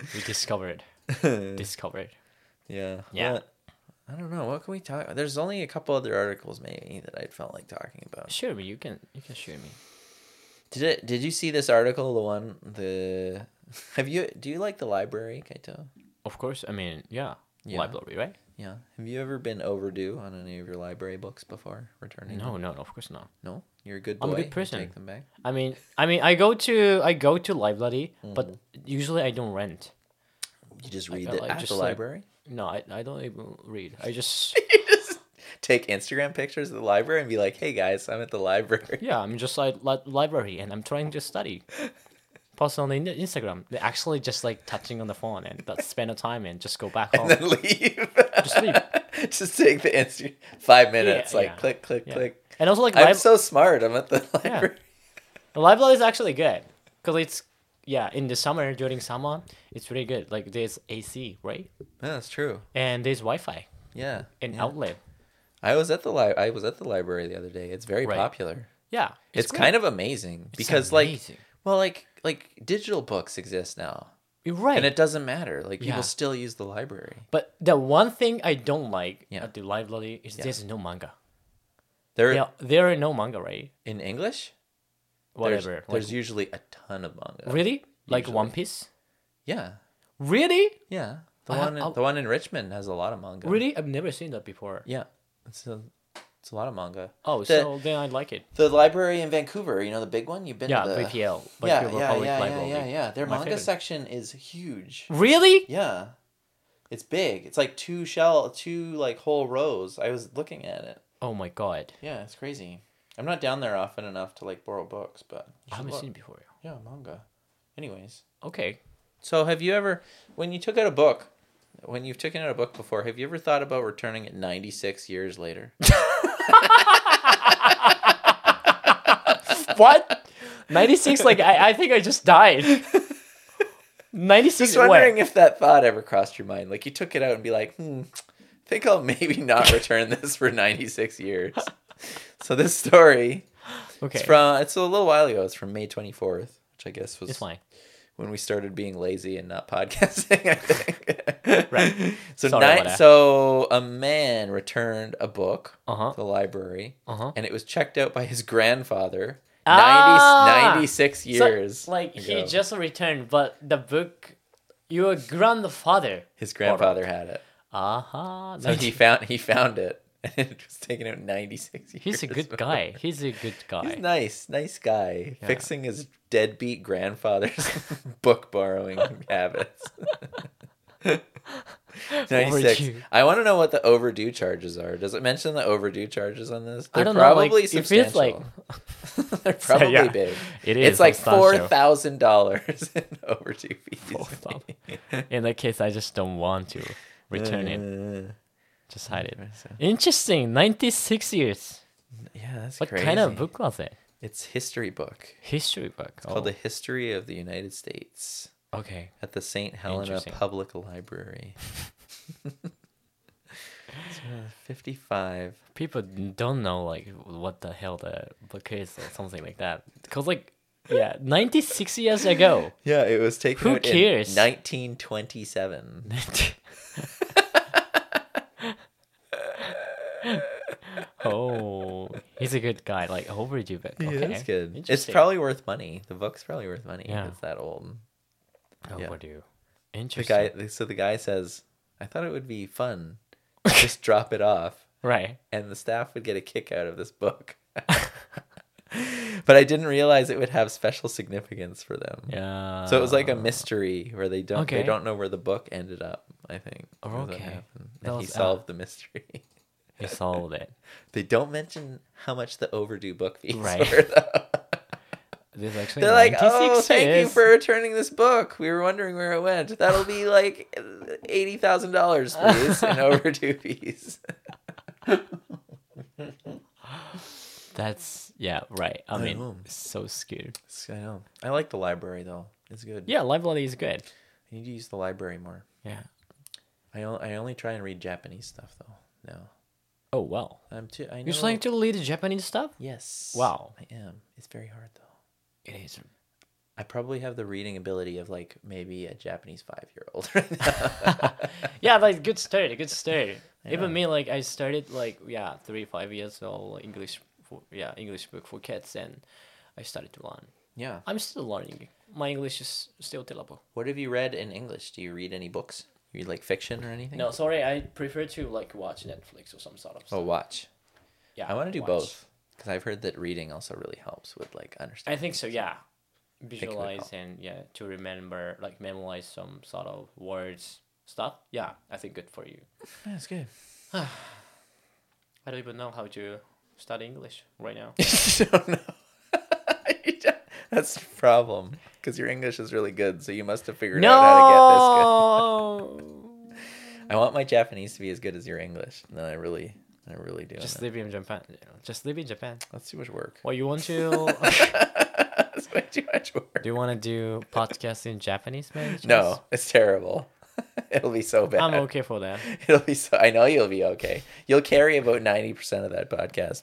[SPEAKER 1] we discovered, discovered.
[SPEAKER 2] yeah.
[SPEAKER 1] Yeah.
[SPEAKER 2] What- I don't know. What can we talk? There's only a couple other articles maybe that I felt like talking about.
[SPEAKER 1] Shoot me, you can, you can shoot me.
[SPEAKER 2] Did it? Did you see this article? The one the. Have you? Do you like the library, Kaito?
[SPEAKER 1] Of course, I mean, yeah,
[SPEAKER 2] Yeah.
[SPEAKER 1] library, right?
[SPEAKER 2] Yeah. Have you ever been overdue on any of your library books before returning? them?
[SPEAKER 1] No, no, of course not.
[SPEAKER 2] No. You're a good boy.
[SPEAKER 1] I'm a good
[SPEAKER 2] You
[SPEAKER 1] person.
[SPEAKER 2] Take them back.
[SPEAKER 1] I mean, I mean, I go to, I go to library, but usually I don't rent.
[SPEAKER 2] You just read
[SPEAKER 1] felt
[SPEAKER 2] it
[SPEAKER 1] like
[SPEAKER 2] at
[SPEAKER 1] just
[SPEAKER 2] the
[SPEAKER 1] like-
[SPEAKER 2] library.
[SPEAKER 1] No, I, I don't even read. I just,
[SPEAKER 2] take Instagram pictures of the library and be like, "Hey guys, I'm at the library."
[SPEAKER 1] yeah, I'm just like li- library, and I'm trying to study. Post on the in- Instagram. They're actually just like touching on the phone and that spend the time and just go back home.
[SPEAKER 2] And then leave.
[SPEAKER 1] Oh. Just leave.
[SPEAKER 2] Just take the Insta five minutes, like
[SPEAKER 1] yeah.
[SPEAKER 2] click, click,
[SPEAKER 1] Yeah.
[SPEAKER 2] click.
[SPEAKER 1] And also like
[SPEAKER 2] I'm
[SPEAKER 1] lib-
[SPEAKER 2] so smart. I'm at the library.
[SPEAKER 1] The live Blood is actually good because it's yeah in the summer during summer it's really good. Like there's AC right
[SPEAKER 2] Yeah, that's true.
[SPEAKER 1] and there's Wi-Fi
[SPEAKER 2] Yeah.
[SPEAKER 1] and
[SPEAKER 2] yeah.
[SPEAKER 1] outlet.
[SPEAKER 2] I was at the li- I was at the library the other day. It's very
[SPEAKER 1] Right.
[SPEAKER 2] popular.
[SPEAKER 1] Yeah,
[SPEAKER 2] It's, kind of amazing because
[SPEAKER 1] amazing.
[SPEAKER 2] like well like like digital books exist now.
[SPEAKER 1] you're right.
[SPEAKER 2] And it doesn't matter. Like people
[SPEAKER 1] Yeah.
[SPEAKER 2] still use the library.
[SPEAKER 1] but the one thing I don't like
[SPEAKER 2] Yeah.
[SPEAKER 1] at the live Bloody is there's no manga.
[SPEAKER 2] There
[SPEAKER 1] Yeah, there are no manga right.
[SPEAKER 2] in English? There's-
[SPEAKER 1] Whatever.
[SPEAKER 2] There's,
[SPEAKER 1] Like,
[SPEAKER 2] usually a ton of manga.
[SPEAKER 1] really like One Piece.
[SPEAKER 2] Yeah.
[SPEAKER 1] Really,
[SPEAKER 2] Yeah. The
[SPEAKER 1] I-
[SPEAKER 2] one in,
[SPEAKER 1] I'll-
[SPEAKER 2] the one in Richmond has a lot of manga.
[SPEAKER 1] really, I've never seen that before.
[SPEAKER 2] Yeah, it's a it's a lot of manga.
[SPEAKER 1] Oh,
[SPEAKER 2] the,
[SPEAKER 1] so then I like it.
[SPEAKER 2] the library in Vancouver, you know the big one. You've been
[SPEAKER 1] Yeah,
[SPEAKER 2] to the
[SPEAKER 1] BPL.
[SPEAKER 2] yeah,
[SPEAKER 1] Vancouver
[SPEAKER 2] yeah,
[SPEAKER 1] Public
[SPEAKER 2] yeah, yeah,
[SPEAKER 1] Library.
[SPEAKER 2] yeah, yeah. Their
[SPEAKER 1] My
[SPEAKER 2] manga
[SPEAKER 1] favorite.
[SPEAKER 2] section is huge.
[SPEAKER 1] Really?
[SPEAKER 2] Yeah, it's big. It's like two shell, two like whole rows. I was looking at it.
[SPEAKER 1] Oh my god,
[SPEAKER 2] Yeah, it's crazy. I'm not down there often enough to like borrow books, but you
[SPEAKER 1] I
[SPEAKER 2] should
[SPEAKER 1] haven't
[SPEAKER 2] look.
[SPEAKER 1] seen it before.
[SPEAKER 2] Yeah, manga. Anyways,
[SPEAKER 1] Okay,
[SPEAKER 2] so have you ever, when you took out a book, when you've taken out a book before, have you ever thought about returning it 96 years later?
[SPEAKER 1] What? 96? Like, I, I think I just died. 96
[SPEAKER 2] Just wondering
[SPEAKER 1] what?
[SPEAKER 2] if that thought ever crossed your mind. Like you took it out and be like, hmm, I think I'll maybe not return this for 96 years. so this story,
[SPEAKER 1] Okay.
[SPEAKER 2] it's from, it's a little while ago. It's from May 24th, which I guess was
[SPEAKER 1] it's fine.
[SPEAKER 2] when we started being lazy and not podcasting, I think.
[SPEAKER 1] Right.
[SPEAKER 2] So,
[SPEAKER 1] Sorry about
[SPEAKER 2] nine,
[SPEAKER 1] that.
[SPEAKER 2] so a man returned a book
[SPEAKER 1] Uh-huh.
[SPEAKER 2] to the library
[SPEAKER 1] Uh-huh.
[SPEAKER 2] and it was checked out by his grandfather 90,
[SPEAKER 1] Ah!
[SPEAKER 2] 96
[SPEAKER 1] So,
[SPEAKER 2] years.
[SPEAKER 1] like, he
[SPEAKER 2] ago.
[SPEAKER 1] just returned, but the book, your grandfather. Uh-huh.
[SPEAKER 2] his grandfather had it.
[SPEAKER 1] Aha.
[SPEAKER 2] So he found he found it and it was taken out 96 years.
[SPEAKER 1] He's a good guy. He's a good
[SPEAKER 2] He's
[SPEAKER 1] guy.
[SPEAKER 2] nice, nice guy. Fixing his deadbeat grandfather's book borrowing habits. 96.
[SPEAKER 1] Overdue.
[SPEAKER 2] I want to know what the overdue charges are. Does it mention the overdue charges on this? They're
[SPEAKER 1] I don't
[SPEAKER 2] probably
[SPEAKER 1] know. Like, it
[SPEAKER 2] substantial.
[SPEAKER 1] feels like
[SPEAKER 2] They're probably
[SPEAKER 1] yeah.
[SPEAKER 2] big.
[SPEAKER 1] it is.
[SPEAKER 2] It's like four
[SPEAKER 1] substantial.
[SPEAKER 2] thousand dollars in overdue fees.
[SPEAKER 1] 4,000. In that case, I just don't want to return it.
[SPEAKER 2] Uh,
[SPEAKER 1] Just hide it.
[SPEAKER 2] so-
[SPEAKER 1] Interesting. 96 years.
[SPEAKER 2] yeah, that's
[SPEAKER 1] What
[SPEAKER 2] crazy.
[SPEAKER 1] kind of book Oh. was it?
[SPEAKER 2] It's history book.
[SPEAKER 1] History book.
[SPEAKER 2] called The History of the United States
[SPEAKER 1] oh, okay.
[SPEAKER 2] at the St. Helena
[SPEAKER 1] Interesting.
[SPEAKER 2] Public Library. It's, uh, 55.
[SPEAKER 1] People don't know like what the hell the book is or something like that. Cause like, yeah, 96 years ago.
[SPEAKER 2] Yeah, it was taken
[SPEAKER 1] Who
[SPEAKER 2] out
[SPEAKER 1] cares?
[SPEAKER 2] in 1927.
[SPEAKER 1] oh, he's a good guy. Like overdue book. Okay.
[SPEAKER 2] Yeah, that's good. It's
[SPEAKER 1] Interesting.
[SPEAKER 2] probably worth money. The book's probably worth money
[SPEAKER 1] Yeah.
[SPEAKER 2] if it's that old. yeah.
[SPEAKER 1] overdue.
[SPEAKER 2] The
[SPEAKER 1] Interesting.
[SPEAKER 2] guy so the guy says, "I thought it would be fun. to Just drop it off."
[SPEAKER 1] Right.
[SPEAKER 2] and the staff would get a kick out of this book. but I didn't realize it would have special significance for them.
[SPEAKER 1] Yeah.
[SPEAKER 2] So it was like a mystery where they don't
[SPEAKER 1] Okay.
[SPEAKER 2] they don't know where the book ended up. I think.
[SPEAKER 1] Oh,
[SPEAKER 2] is what
[SPEAKER 1] okay.
[SPEAKER 2] happened.
[SPEAKER 1] That
[SPEAKER 2] And he
[SPEAKER 1] was, uh,
[SPEAKER 2] solved the mystery.
[SPEAKER 1] He sold it.
[SPEAKER 2] they don't mention how much the overdue book fees
[SPEAKER 1] Right.
[SPEAKER 2] were. Though.
[SPEAKER 1] There's actually
[SPEAKER 2] They're like,
[SPEAKER 1] 96
[SPEAKER 2] "Oh, thank you
[SPEAKER 1] years.
[SPEAKER 2] for returning this book. We were wondering where it went. That'll be like uh, eighty thousand dollars, please, in overdue fees."
[SPEAKER 1] That's yeah, right. I mean,
[SPEAKER 2] know.
[SPEAKER 1] so scared.
[SPEAKER 2] I know. I like the library though. It's good.
[SPEAKER 1] Yeah, library is good.
[SPEAKER 2] I need to use the library more.
[SPEAKER 1] Yeah.
[SPEAKER 2] I, on- I only try and read Japanese stuff though. No,
[SPEAKER 1] Oh well.
[SPEAKER 2] I'm too. I know.
[SPEAKER 1] You're trying to lead Japanese stuff?
[SPEAKER 2] Yes.
[SPEAKER 1] Wow.
[SPEAKER 2] I am. It's very hard though.
[SPEAKER 1] It is.
[SPEAKER 2] I probably have the reading ability of like maybe a Japanese five year old right now.
[SPEAKER 1] Yeah, like good start, good start. Even me, like I started like yeah, three five years old English, for, yeah English book for kids, and I started to learn.
[SPEAKER 2] yeah.
[SPEAKER 1] I'm still learning. My English is still terrible.
[SPEAKER 2] What have you read in English? Do you read any books? You read like fiction or anything?
[SPEAKER 1] No, sorry, I prefer to like watch Netflix or some sort of.
[SPEAKER 2] Oh, watch.
[SPEAKER 1] yeah,
[SPEAKER 2] I want to do
[SPEAKER 1] watch.
[SPEAKER 2] both because I've heard that reading also really helps with like
[SPEAKER 1] I
[SPEAKER 2] understanding.
[SPEAKER 1] think so. Yeah,
[SPEAKER 2] would
[SPEAKER 1] visualize
[SPEAKER 2] help.
[SPEAKER 1] and yeah to remember like memorize some sort of words stuff. Yeah, I think good for you.
[SPEAKER 2] That's good.
[SPEAKER 1] I don't even know how to study English right now.
[SPEAKER 2] You don't know. You don't- That's the problem because your English is really good, so you must have figured out how to get this good.
[SPEAKER 1] No,
[SPEAKER 2] I want my Japanese to be as good as your English. No, I really, I really do.
[SPEAKER 1] just
[SPEAKER 2] Just
[SPEAKER 1] live in Japan. you know, Just live in Japan.
[SPEAKER 2] That's too much work.
[SPEAKER 1] Well, you want to?
[SPEAKER 2] That's way too much work.
[SPEAKER 1] do you want to do podcast in Japanese, man?
[SPEAKER 2] No, it's terrible. It'll be so bad.
[SPEAKER 1] I'm okay for that.
[SPEAKER 2] It'll be so. I know you'll be okay. You'll carry about ninety percent of that podcast,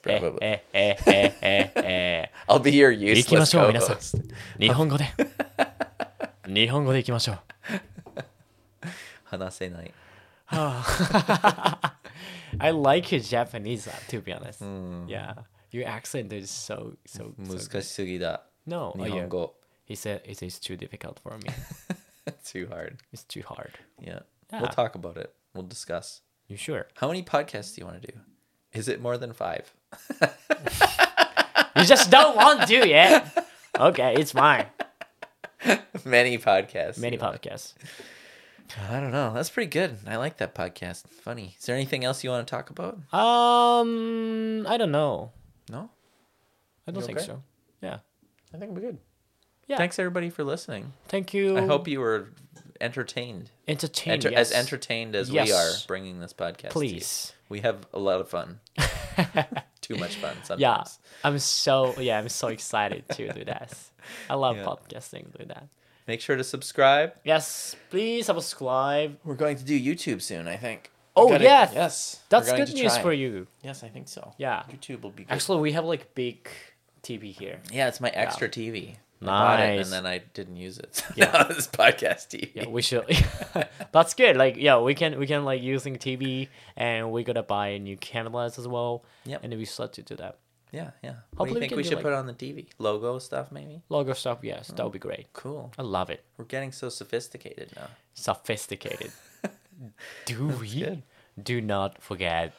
[SPEAKER 1] Eh,
[SPEAKER 2] probably.
[SPEAKER 1] eh, eh, eh, eh, eh.
[SPEAKER 2] I'll be your useless
[SPEAKER 1] 行きましょう、
[SPEAKER 2] co-host.
[SPEAKER 1] 日本語で。日本語でいきましょう。
[SPEAKER 2] Hanase night.
[SPEAKER 1] I like your Japanese, uh, to be honest.
[SPEAKER 2] Hmm.
[SPEAKER 1] Yeah, your accent is so so. so good.
[SPEAKER 2] Muzukashisugida.
[SPEAKER 1] no, oh, yeah.
[SPEAKER 2] Nihongo.
[SPEAKER 1] he said it is too difficult for me.
[SPEAKER 2] Too hard.
[SPEAKER 1] it's too hard.
[SPEAKER 2] Yeah.
[SPEAKER 1] Yeah.
[SPEAKER 2] We'll talk about it. We'll discuss.
[SPEAKER 1] You sure?
[SPEAKER 2] How many podcasts do you want to do? Is it more than five?
[SPEAKER 1] You just don't want to yet. Okay, it's fine.
[SPEAKER 2] Many podcasts.
[SPEAKER 1] Many podcasts.
[SPEAKER 2] I don't know. That's pretty good. I like that podcast. Funny. Is there anything else you want to talk about?
[SPEAKER 1] Um, I don't know.
[SPEAKER 2] No?
[SPEAKER 1] I don't
[SPEAKER 2] You
[SPEAKER 1] think
[SPEAKER 2] okay?
[SPEAKER 1] so. Yeah.
[SPEAKER 2] I think we're good.
[SPEAKER 1] Yeah.
[SPEAKER 2] Thanks everybody for listening.
[SPEAKER 1] Thank you.
[SPEAKER 2] I hope you were entertained.
[SPEAKER 1] entertain
[SPEAKER 2] Enter-
[SPEAKER 1] yes.
[SPEAKER 2] As entertained as we
[SPEAKER 1] Yes.
[SPEAKER 2] are bringing this podcast. to you.
[SPEAKER 1] Please.
[SPEAKER 2] We have a lot of fun. too much fun sometimes.
[SPEAKER 1] Yeah, I'm so yeah, I'm so excited to do that. I love podcasting. Do that.
[SPEAKER 2] Make sure to subscribe.
[SPEAKER 1] Yes, please subscribe.
[SPEAKER 2] We're going to do YouTube soon, I think.
[SPEAKER 1] Oh,
[SPEAKER 2] Gotta-
[SPEAKER 1] yes.
[SPEAKER 2] yes.
[SPEAKER 1] That's
[SPEAKER 2] we're going
[SPEAKER 1] good
[SPEAKER 2] to
[SPEAKER 1] news
[SPEAKER 2] try.
[SPEAKER 1] for you.
[SPEAKER 2] Yes, I think so.
[SPEAKER 1] Yeah.
[SPEAKER 2] YouTube will be good.
[SPEAKER 1] Actually, we have like big TV here.
[SPEAKER 2] Yeah, it's my extra TV. I bought it
[SPEAKER 1] Nice.
[SPEAKER 2] and then I didn't use it. So now it's podcast TV.
[SPEAKER 1] Yeah, we should. That's good. Like, yeah, we can we can like using TV, and we gotta buy new cameras as well.
[SPEAKER 2] Yep.
[SPEAKER 1] And we start to do that
[SPEAKER 2] yeah, yeah. What do
[SPEAKER 1] Hopefully
[SPEAKER 2] you
[SPEAKER 1] we
[SPEAKER 2] think
[SPEAKER 1] can
[SPEAKER 2] we
[SPEAKER 1] do,
[SPEAKER 2] should
[SPEAKER 1] like-
[SPEAKER 2] put on the TV? Logo stuff, maybe?
[SPEAKER 1] logo stuff. Yes, that would be great.
[SPEAKER 2] Cool.
[SPEAKER 1] I love it.
[SPEAKER 2] We're getting so sophisticated now.
[SPEAKER 1] Sophisticated. do we? Do not forget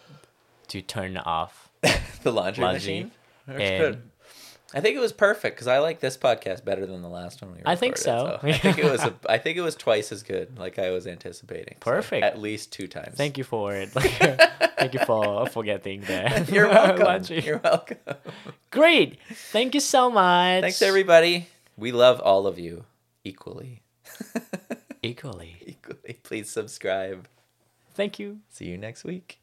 [SPEAKER 1] to turn off
[SPEAKER 2] the laundry,
[SPEAKER 1] laundry.
[SPEAKER 2] machine. That's
[SPEAKER 1] And
[SPEAKER 2] good. I think it was perfect because I like this podcast better than the last one we recorded.
[SPEAKER 1] I think so.
[SPEAKER 2] I think it was. A, I think it was twice as good, like I was anticipating. So
[SPEAKER 1] Perfect.
[SPEAKER 2] at least two times.
[SPEAKER 1] thank you for it. thank you for forgetting that.
[SPEAKER 2] You're welcome.
[SPEAKER 1] laundry.
[SPEAKER 2] You're welcome.
[SPEAKER 1] Great. Thank you so much.
[SPEAKER 2] Thanks everybody. We love all of you equally.
[SPEAKER 1] Equally.
[SPEAKER 2] equally. Please subscribe.
[SPEAKER 1] Thank you.
[SPEAKER 2] See you next week.